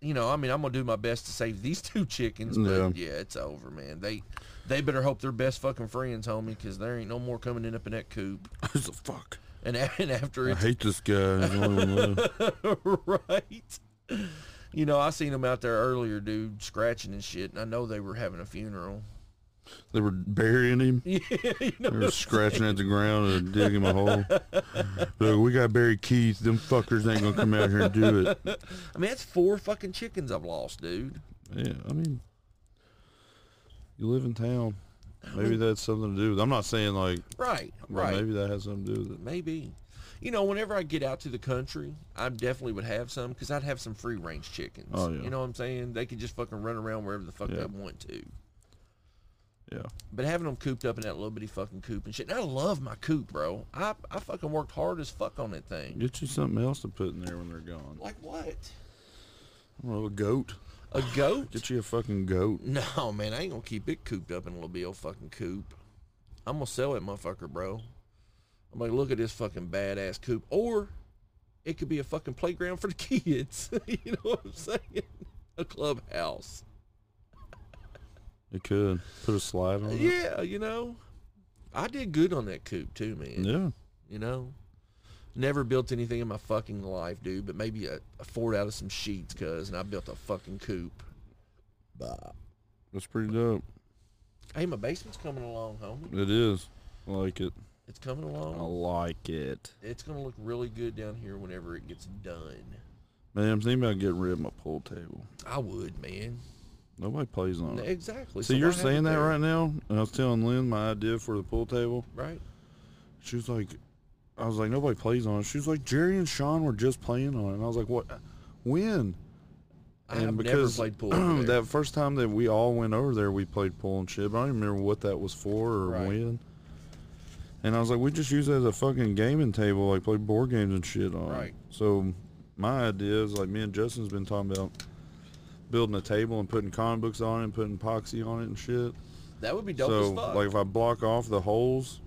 you know, I mean, I'm gonna do my best to save these two chickens, but Yeah. yeah, it's over, man. They, they better hope they're best fucking friends, homie, because there ain't no more coming in up in that coop. Who's the fuck? And, a- and after I it's hate this guy. He's the only one left. right. You know, I seen them out there earlier, dude, scratching and shit, and I know they were having a funeral. They were burying him. Yeah, you know, They were scratching at the ground and digging a hole. Look, we got Barry Keith. Them fuckers ain't gonna come out here and do it. I mean, that's four fucking chickens I've lost, dude. Yeah, I mean, you live in town. Maybe that's something to do with. I'm not saying like, Right, well, right. maybe that has something to do with it. Maybe. You know, whenever I get out to the country, I definitely would have some because I'd have some free range chickens. Oh, yeah. You know what I'm saying? They could just fucking run around wherever the fuck Yeah. they want to. Yeah, But having them cooped up in that little bitty fucking coop and shit, and I love my coop, bro. I, I fucking worked hard as fuck on that thing. get you something else to put in there when they're gone. Like what? I don't know, a goat. A goat? Get you a fucking goat. No, man, I ain't gonna keep it cooped up in a little bit old fucking coop. I'm gonna sell that motherfucker, bro. I'm like, look at this fucking badass coop. Or it could be a fucking playground for the kids. you know what I'm saying? A clubhouse. It could put a slide on it. Yeah, you know. I did good on that coop too, man. Yeah. You know? Never built anything in my fucking life, dude, but maybe a, a fort out of some sheets, cuz, and I built a fucking coop. Bah. that's pretty dope. Hey, my basement's coming along, homie. It is. I like it. It's coming along. I like it. it's gonna look really good down here whenever it gets done. Man, I'm thinking about getting rid of my pool table. I would, man. Nobody plays on it. Exactly. So why you're have saying it that there? right now? And I was telling Lynn my idea for the pool table. Right. She was like, I was like, nobody plays on it. She was like, Jerry and Sean were just playing on it. And I was like, what? When? I've never played pool. over there. that first time that we all went over there, we played pool and shit. But I don't even remember what that was for or Right. when. And I was like, we just use it as a fucking gaming table, like play board games and shit on. it." Right. So my idea is like me and Justin's been talking about building a table and putting comic books on it and putting epoxy on it and shit. that would be dope so as fuck. like if I block off the holes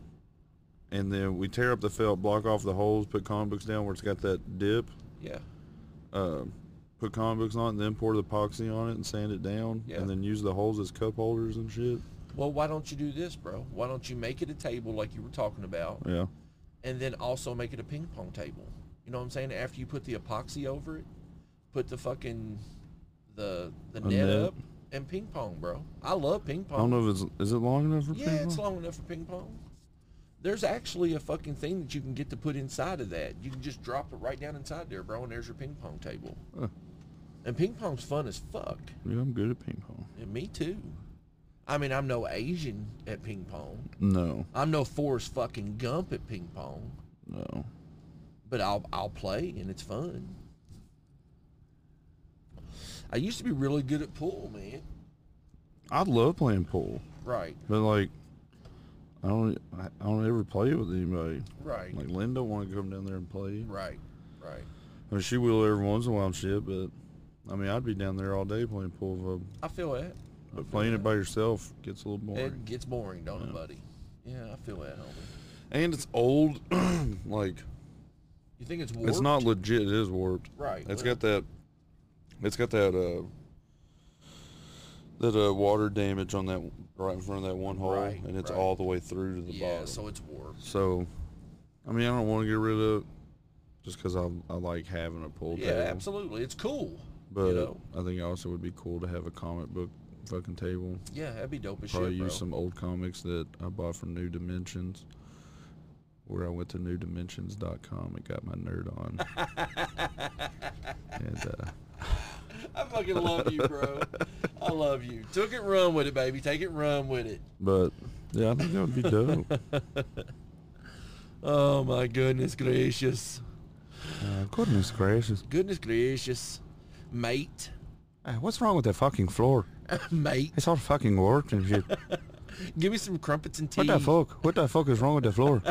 and then we tear up the felt, block off the holes, put comic books down where it's got that dip yeah, put comic books on it and then pour the epoxy on it and sand it down Yeah. and then use the holes as cup holders and shit. Well, why don't you do this, bro? Why don't you make it a table like you were talking about, Yeah. and then also make it a ping pong table? You know what I'm saying? After you put the epoxy over it, put the fucking the the net, net. up and ping pong, bro. I love ping I don't pong. know if it's is it long enough for yeah, ping it's pong? long enough for ping pong. There's actually a fucking thing that you can get to put inside of that. You can just drop it right down inside there, bro, and there's your ping pong table. Huh. And ping pong's fun as fuck. Yeah, I'm good at ping pong. And me too. I mean, I'm no Asian at ping pong. No, I'm no Forrest fucking Gump at ping pong, no. but I'll I'll play and it's fun. I used to be really good at pool, man. I love playing pool, Right, but like, I don't I I don't ever play it with anybody. right, Like Lynn don't want to come down there and play. right, right. I mean, she will every once in a while and shit, but I mean, I'd be down there all day playing pool. If I feel that. I, but playing it by yourself gets a little boring. It gets boring, don't it, buddy? Yeah, I feel that, homie. and it's old, like You think it's warped? It's not legit. It is warped. Right, It's well- got that. It's got that. uh That uh, water damage on that right in front of that one hole, Right, and it's right. all the way through to the Yeah, bottom. So, so it's warped. I mean, I don't want to get rid of it just because I I like having a pool Yeah, table. absolutely. It's cool. But you know? I think also would be cool to have a comic book fucking table. Yeah, that'd be dope as Probably shit, bro. use some old comics that I bought from New Dimensions. Where I went to newdimensions.com and got my nerd on. and uh, I fucking love you, bro. I love you. Took it, run with it, baby. Take it, run with it. But yeah, I think that would be dope. Oh my goodness gracious. Uh, goodness gracious! Goodness gracious, mate, Hey, what's wrong with that fucking floor? mate, It's all fucking warped and shit. give me some crumpets and tea. What the fuck? What the fuck is wrong with the floor?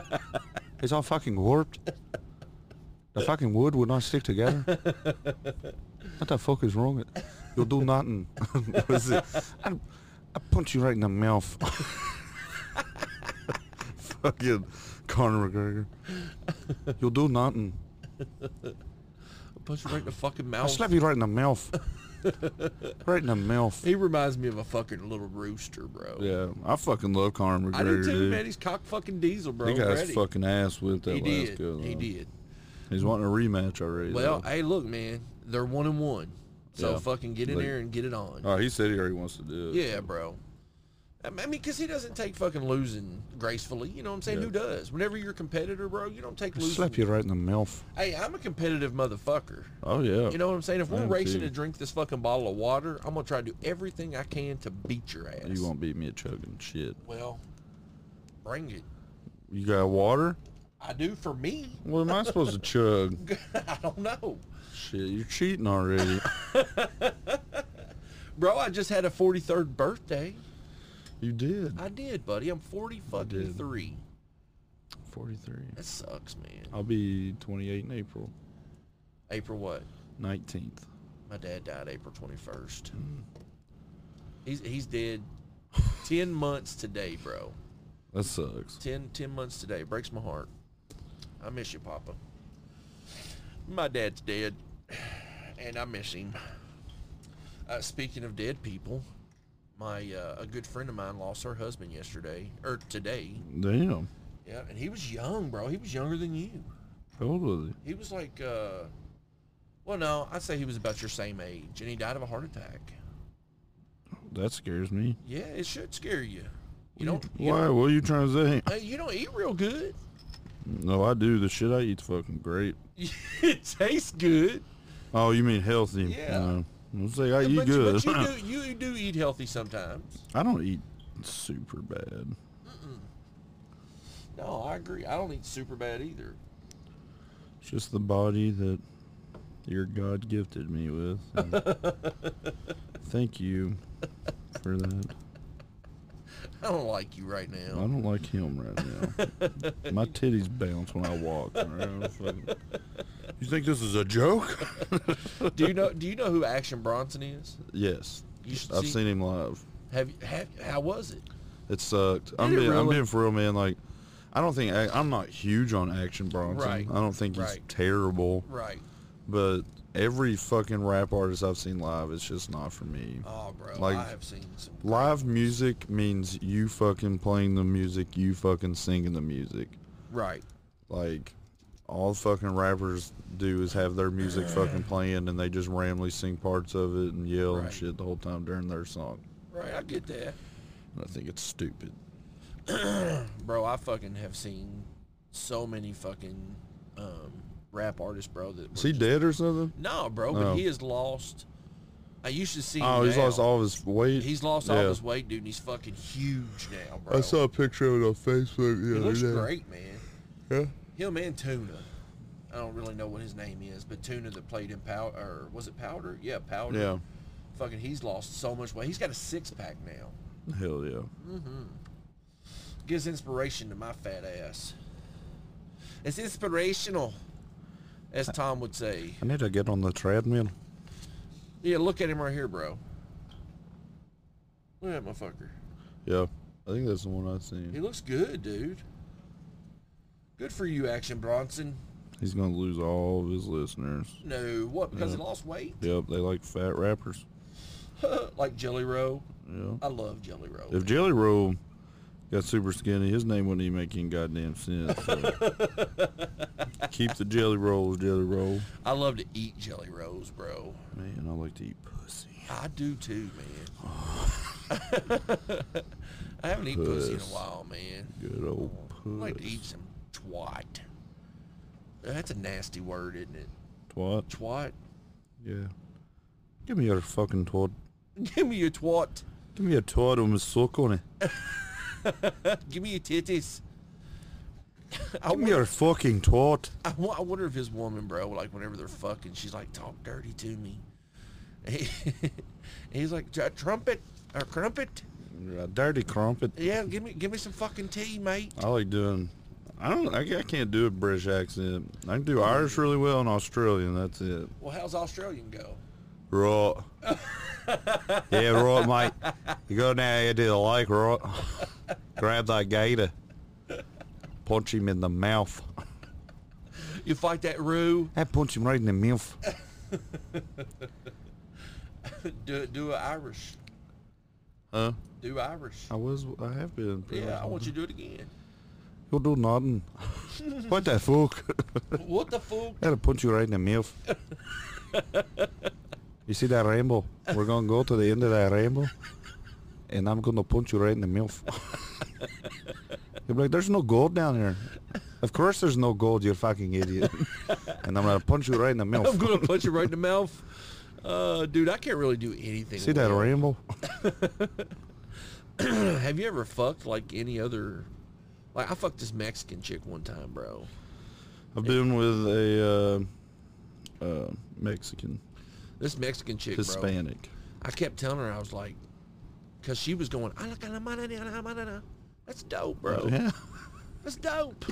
It's all fucking warped. The fucking wood would not stick together. What the fuck is wrong? with You'll do nothing. What is it? I, I punch you right in the mouth. fucking Conor McGregor. You'll do nothing. Punch you right in the fucking I mouth. slap you right in the mouth. right in the mouth. He reminds me of a fucking little rooster, bro. Yeah, I fucking love Conor McGregor. I do too, dude. man. He's cock fucking diesel, bro. He got already. his fucking ass whipped that he last did. go. He though. did. He's wanting a rematch already. Well, though. hey, look, man, they're one and one, so Yeah. fucking get in Like- there and get it on. oh, he said he already wants to do it. Yeah, bro. I mean, because he doesn't take fucking losing gracefully. You know what I'm saying? Yeah. Who does? Whenever you're a competitor, bro, you don't take I losing. slap you right in the mouth. Hey, I'm a competitive motherfucker. Oh yeah. You know what I'm saying? If we're am racing too. to drink this fucking bottle of water, I'm gonna try to do everything I can to beat your ass. you won't beat me at chugging shit. Well, bring it. You got water? I do for me. What am I supposed to chug? I don't know, Shit, you're cheating already. bro. I just had a 43rd birthday. you did. I did, buddy. I'm 40 fucking did. three. Forty-three. That sucks, man. I'll be 28 in April April what? 19th. My dad died April 21st. He's he's dead. 10 months today, bro. That sucks. 10, 10 months today. Breaks my heart. I miss you, Papa. My dad's dead, and I miss him. Uh, speaking of dead people, my uh, a good friend of mine lost her husband yesterday or today. Damn. Yeah, and he was young, bro. He was younger than you. How old was He was like, uh, well, no, I'd say he was about your same age, and he died of a heart attack. he? That scares me. Yeah, it should scare you. You don't. You Why? What are you trying to say? Don't, hey, you don't eat real good. No, I do. The shit I eat's fucking great. it tastes good. Oh, you mean healthy? Yeah. No. I'm saying I eat but, good. You, but you do you do eat healthy sometimes. I don't eat super bad. No, I agree. I don't eat super bad either. It's just the body that your God gifted me with. and thank you for that. I don't like you right I now. don't like him right now. My titties bounce when I walk. all right? I'm fucking- You think this is a joke? do you know? Do you know who Action Bronson is? yes, You should I've see- seen him live. Have you? Have, how was it? It sucked. I'm it being, I'm really? being for real, man. Like, I don't think I, am not huge on Action Bronson. Right. I don't think he's Right. terrible, Right. but every fucking rap artist I've seen live, it's just not for me. Oh, bro, Like- I have seen some. Live music means you fucking playing the music, you fucking singing the music. Right. Like, all fucking rappers do is have their music fucking playing, and they just randomly sing parts of it and yell Right. and shit the whole time during their song. Right. I get that. And I think it's stupid. bro, I fucking have seen so many fucking um, rap artists, bro. That Is were- he dead or something? no, bro, but Oh. he has lost. I used to see. Him Oh, he's now. lost all of his weight. He's lost all Yeah. his weight, dude, and he's fucking huge now, bro. I saw a picture of it on Facebook the He other looks day. great, man. Yeah. Him and Tuna. I don't really know what his name is, but Tuna that played in Powder, or was it Powder? Yeah, Powder. Yeah. Fucking, he's lost so much weight. He's got a six pack now. Hell yeah. Gives inspiration to my fat ass. It's inspirational, as Tom would say. I need to get on the treadmill. Yeah, look at him right here, bro. Look at that motherfucker. Yeah. I think that's the one I've He seen. looks good, dude. Good for you, Action Bronson. He's gonna lose all of his listeners. No, what? Because he lost weight? Yep, they like fat rappers. like Jelly Roll. Yeah. I love Jelly Roll. If Jelly Roll got super skinny, his name wouldn't even make any goddamn sense. so. Keep the Jelly Rolls, Jelly Roll. I love to eat Jelly Rolls, bro. Man, I like to eat pussy. I do too, man. I haven't eaten pussy in a Puss. while, man. Good old I like to pussy. eat some twat. That's a nasty word, isn't it? Twat. Twat. Yeah. Give me your fucking twat. Give me your twat. Give me a twat with a sock on it. Give me your titties. I Give me your fucking twat. I, wo- I wonder if his woman, bro, like whenever they're fucking, she's like, talk dirty to me. He's like, "Tr- trumpet or crumpet. A dirty crumpet. Yeah, give me give me some fucking tea, mate. I like doing. I don't. I, I can't do a British accent. I can do Irish really well and Australian. That's it. Well, how's Australian go? Right. yeah, right, mate. You go down here to the lake, right? Grab that gator, punch him in the mouth. You fight that roo, I punch him right in the mouth. do do a Irish, Huh? do Irish. I was. I have been. Yeah, I want you to do it again. You'll do nothing. what the fuck? What the fuck? That'll punch you right in the mouth. you see that rainbow? We're gonna go to the end of that rainbow, and I'm gonna punch you right in the mouth. You'll be like, "There's no gold down here." Of course, there's no gold. You fucking idiot. and I'm gonna punch you right in the mouth. I'm gonna punch you right in the mouth, uh, dude. I can't really do anything. see that well. rainbow? Have you ever fucked like any other? Like I fucked this Mexican chick one time, bro. I've been with a uh, uh, Mexican, This Mexican chick, bro. Hispanic. I kept telling her I was like, because she was going, "I like la manana, la manana." that's dope, bro. Yeah. That's dope.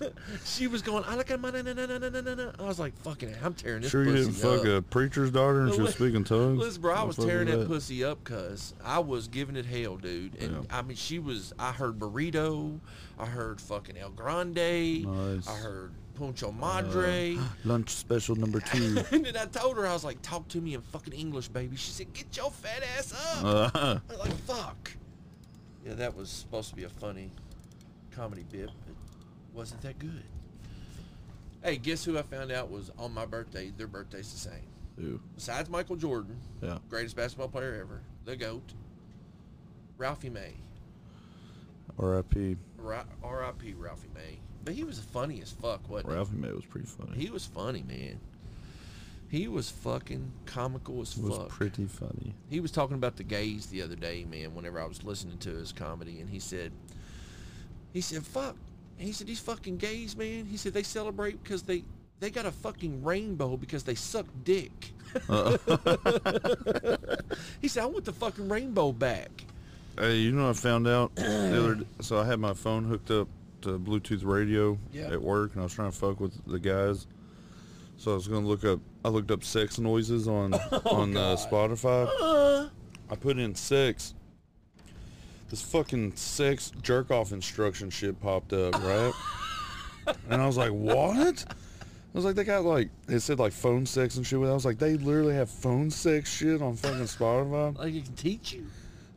she was going, "I like la manana, na, na, na, na, na, na." I was like, "Fucking, hell, I'm tearing this Sure, you pussy didn't fuck up." a preacher's daughter and she was speaking tongues. Listen, bro, I What was the fuck tearing that, that pussy up because I was giving it hell, dude. And Yeah. I mean, she was. I heard burrito, I heard fucking El Grande, Nice. Uh, I heard Puncho Madre. Lunch special number two. and then I told her I was like, "Talk to me in fucking English, baby." She said, "Get your fat ass up." Uh, I was like, fuck. Yeah, that was supposed to be a funny comedy bit, but wasn't that good. Hey, guess who I found out was on my birthday? Their birthday's the same. ew. Besides Michael Jordan, Yeah. greatest basketball player ever, the GOAT, Ralphie May. R.I.P. R- R.I.P. Ralphie May. But he was funny as fuck, wasn't he? Ralphie May was pretty funny. He was funny, man. He was fucking comical as was fuck. pretty funny. He was talking about the gays the other day, man, whenever I was listening to his comedy, and he said, he said, fuck. He said, these fucking gays, man. He said, they celebrate because they, They got a fucking rainbow because they suck dick. he said, I want the fucking rainbow back. Hey, you know, I found out the other. d- So I had my phone hooked up to Bluetooth radio Yeah. at work, and I was trying to fuck with the guys. So I was gonna look up. I looked up sex noises on on uh, Spotify. I put in sex. This fucking sex jerk off instruction shit popped up, right? and I was like, what? I was like, they got like it said like phone sex and shit. I was like, they literally have phone sex shit on fucking Spotify. Like it can teach you.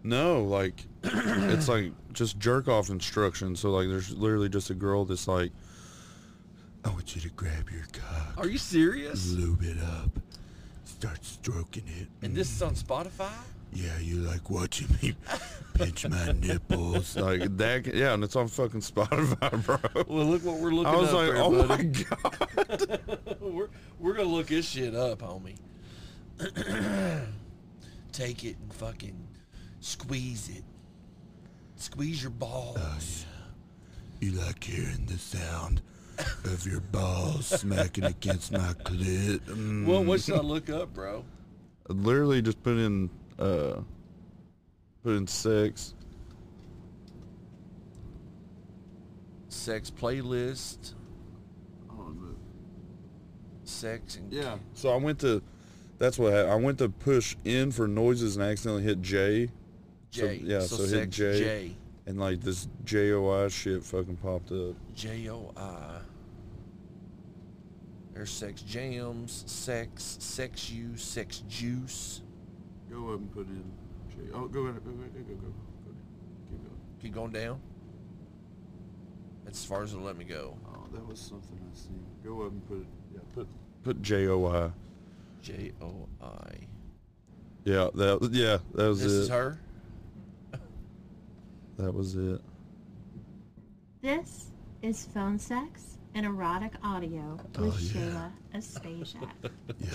No, like it's like just jerk off instructions. So like there's literally just a girl that's like, I want you to grab your cock, Are you serious? lube it up, start stroking it. And this is on Spotify? Yeah, you like watching me pinch my nipples, like that. Yeah, and it's on fucking Spotify, bro. Well, look what we're looking I was like, here, oh buddy. my god. we're we're gonna look this shit up, homie. Take it and fucking squeeze it. Squeeze your balls. Uh, You like hearing the sound of your balls smacking against my clit. Mm. Well, what should I look up, bro? literally just put in uh put in sex Sex playlist. Sex and yeah so i went to that's what happened. i went to push in for noises and accidentally hit j J. So, yeah, so hit sex J. J. and like this joi shit fucking popped up J O I. There's sex jams, sex, sex you, sex juice. Go up and put in. J- Oh, go ahead. Go, go, go, go, go. go ahead. Keep going. Keep going down. That's as far as it'll let me go. Oh, that was something I seen. Go up and put it. Yeah, put. put joi J O I. yeah that yeah that was This it is her. that was it This is Phone Sex and Erotic Audio with Shayla Aspasiak.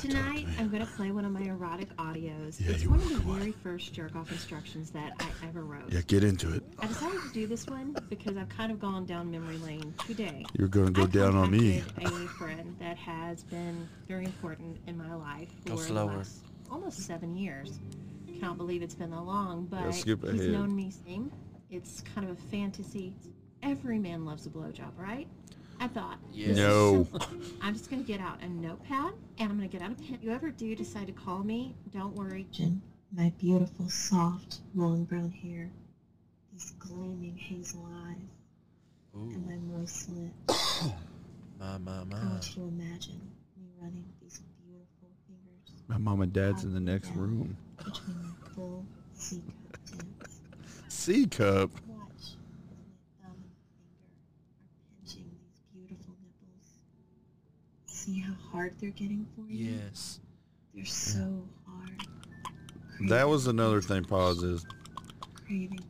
Tonight, I'm going to play one of my erotic audios. it's one of the very first jerk-off instructions that I ever wrote. get into it I decided to do this one because I've kind of gone down memory lane today. you're gonna go I down on me contacted A friend that has been very important in my life Go for the slower. last almost seven years. Cannot believe it's been that long, but skip he's ahead. known me. Same. It's kind of a fantasy. Every man loves a blowjob, right? I thought. this is No. simple. I'm just gonna get out a notepad and I'm gonna get out a pen. If you ever do decide to call me, don't worry. Jen, my beautiful, soft, long brown hair, these gleaming hazel eyes, and my moist lips. My, my, my. I want you to imagine me running these beautiful fingers my mom and dad's in the next room. between my full C cup tips. c cup Watch as my thumb and finger are pinching these beautiful nipples. See how hard they're getting for you? Yes. They're so hard. that was another thing pauses Craving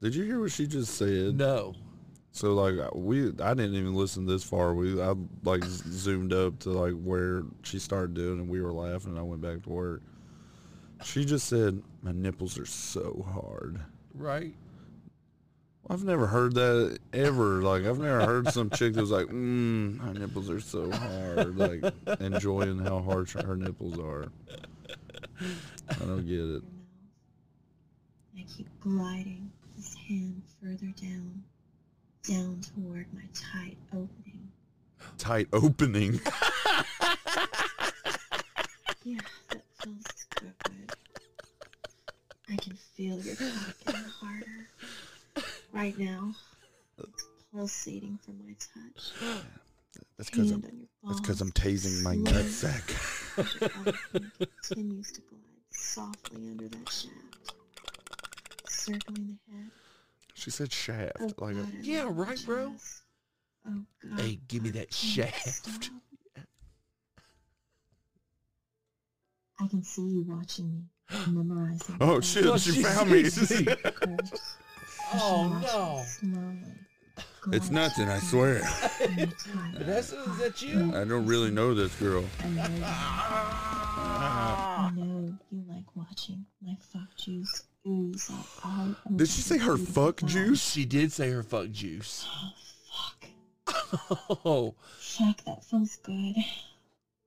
did you hear what she just said No. So like we, I didn't even listen this far. We, I like z- zoomed up to like where she started doing, and we were laughing. And I went back to work. She just said, "My nipples are so hard." Right? I've never heard that ever. Like I've never heard some chick that was like, mm, "My nipples are so hard," like enjoying how hard her nipples are. I don't get it. your mouth. And I keep gliding this hand further down, down toward my tight opening. Tight opening. Yeah, that feels so good. I can feel your cock getting harder. Right now, it's pulsating from my touch. That's because Hand I'm. on your That's balls. because I'm tasing my Slow nutsack. as your elephant continues to glide softly under that shaft, circling the head. She said shaft. Oh, Like. God, A, I Yeah, love your right, bro. chest. Oh, God. Hey, give me that shaft. I can see you watching me, memorizing. Oh all shit! Oh, she, she found me. sees me. the chords. Oh, You should watch me slowly It's glide nothing, I down swear. on your tight Vanessa, is that you? I don't really know this girl. and low line. Ah. I know you like watching my fuck juice ooze out all over Did she say your her beautiful fuck body. juice? She did say her fuck juice. Oh, fuck. Oh, Fuck, that feels good.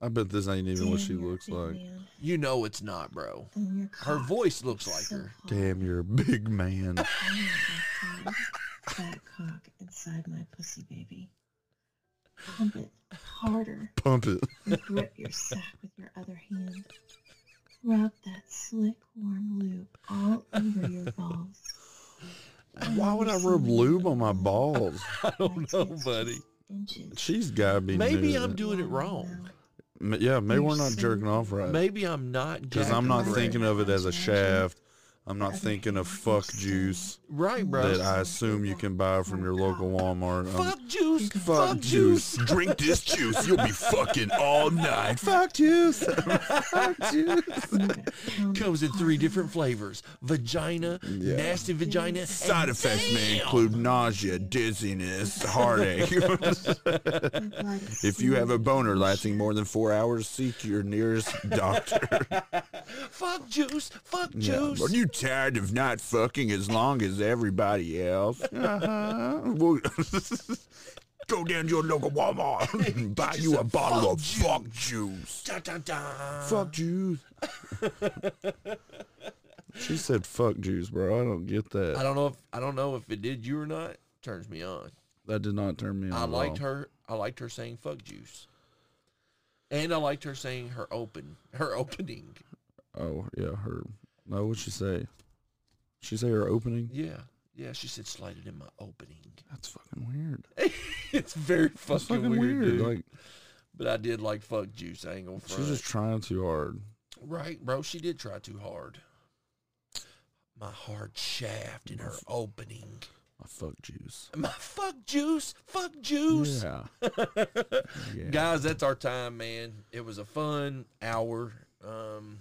I bet this ain't even what Damn, she you're a looks big like. man. you know it's not, bro. And your Her cock voice looks is like so her. hard. Damn, you're a big man. I want that cock- that cock inside my pussy, baby. Pump it harder Pump it. and grip your sack with your other hand. Rub that slick, warm lube all over your balls. Why would I rub lube on my balls? I don't Like know, it's just buddy. Inches. She's gotta be. Maybe new to I'm that. doing it long wrong. M- Yeah, maybe we're not You're jerking off right. Maybe I'm not Because jacking I'm not off. thinking of it as a Imagine. shaft. I'm not Other thinking of hand fuck extended. juice right, bro. that I assume you can buy from your local Walmart. I'm- fuck juice. Fuck, juice. juice. Drink this juice. You'll be fucking all night. Fuck juice. fuck juice. Move it, pound it Comes in three hard. different flavors: vagina, Yeah. nasty vagina. and Side effects may damn! include nausea, dizziness, heartache. I'd like it if you have a slowly. boner lasting more than four hours, seek your nearest doctor. Fuck juice. Fuck Yeah. juice. Are you tired of not fucking as long as everybody else? Uh-huh. Well, Go down to your local Walmart and buy you a yourself bottle of fuck fuck juice. Da, da, da. Fuck Jews. she said fuck Jews, bro. I don't get I that. don't know if I don't know if it did you or not. Turns me on. That did not turn me on. I at liked all. her. I liked her saying "fuck juice," and I liked her saying her open her opening. Oh, yeah, her. No, what'd she say? She say her opening? Yeah, yeah. She said "slide it in my opening." That's fucking weird. it's very fucking, That's fucking weird, weird. dude. Like, but I did like "fuck juice." I ain't gonna front. she's just trying too hard. right, bro. She did try too hard. My hard shaft in her opening. I fuck Jews. My fuck juice. Fuck juice. Yeah. yeah. guys that's our time man it was a fun hour um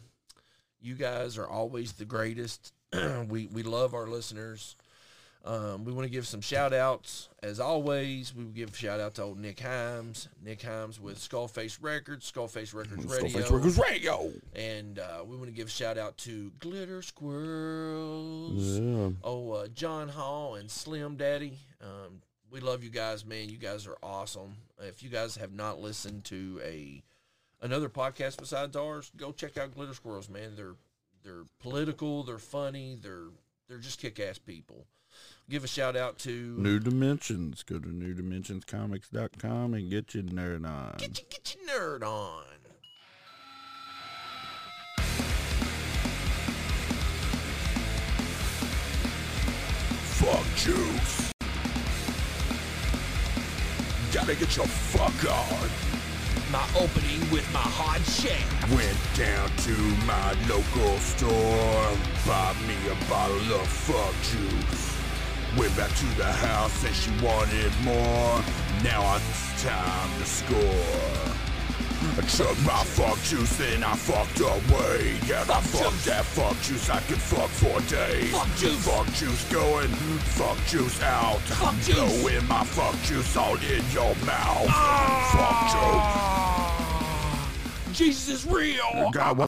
you guys are always the greatest we we love our listeners um, we want to give some shout outs as always we will give a shout out to old nick himes nick himes with skullface records skullface records radio Skullface Records Radio. and uh, we want to give a shout out to glitter squirrels Yeah. oh uh, john hall and slim daddy um, we love you guys man you guys are awesome if you guys have not listened to a another podcast besides ours go check out glitter squirrels man they're they're political they're funny they're they're just kick-ass people give a shout out to New Dimensions. Go to newdimensionscomics.com and get your nerd on. get your, get your nerd on fuck juice. Gotta get your fuck on. my opening with my hard shaft Went down to my local store, bought me a bottle of fuck juice. Went back to the house and she wanted more. Now it's time to score. I took my fuck juice and I fucked away. Yeah, I fucked that fuck juice. I could fuck for days. Fuck juice. Fuck juice going. Fuck juice out. Fuck juice. Blowing my fuck juice all in your mouth. Fuck juice. Ah, jesus is real God, what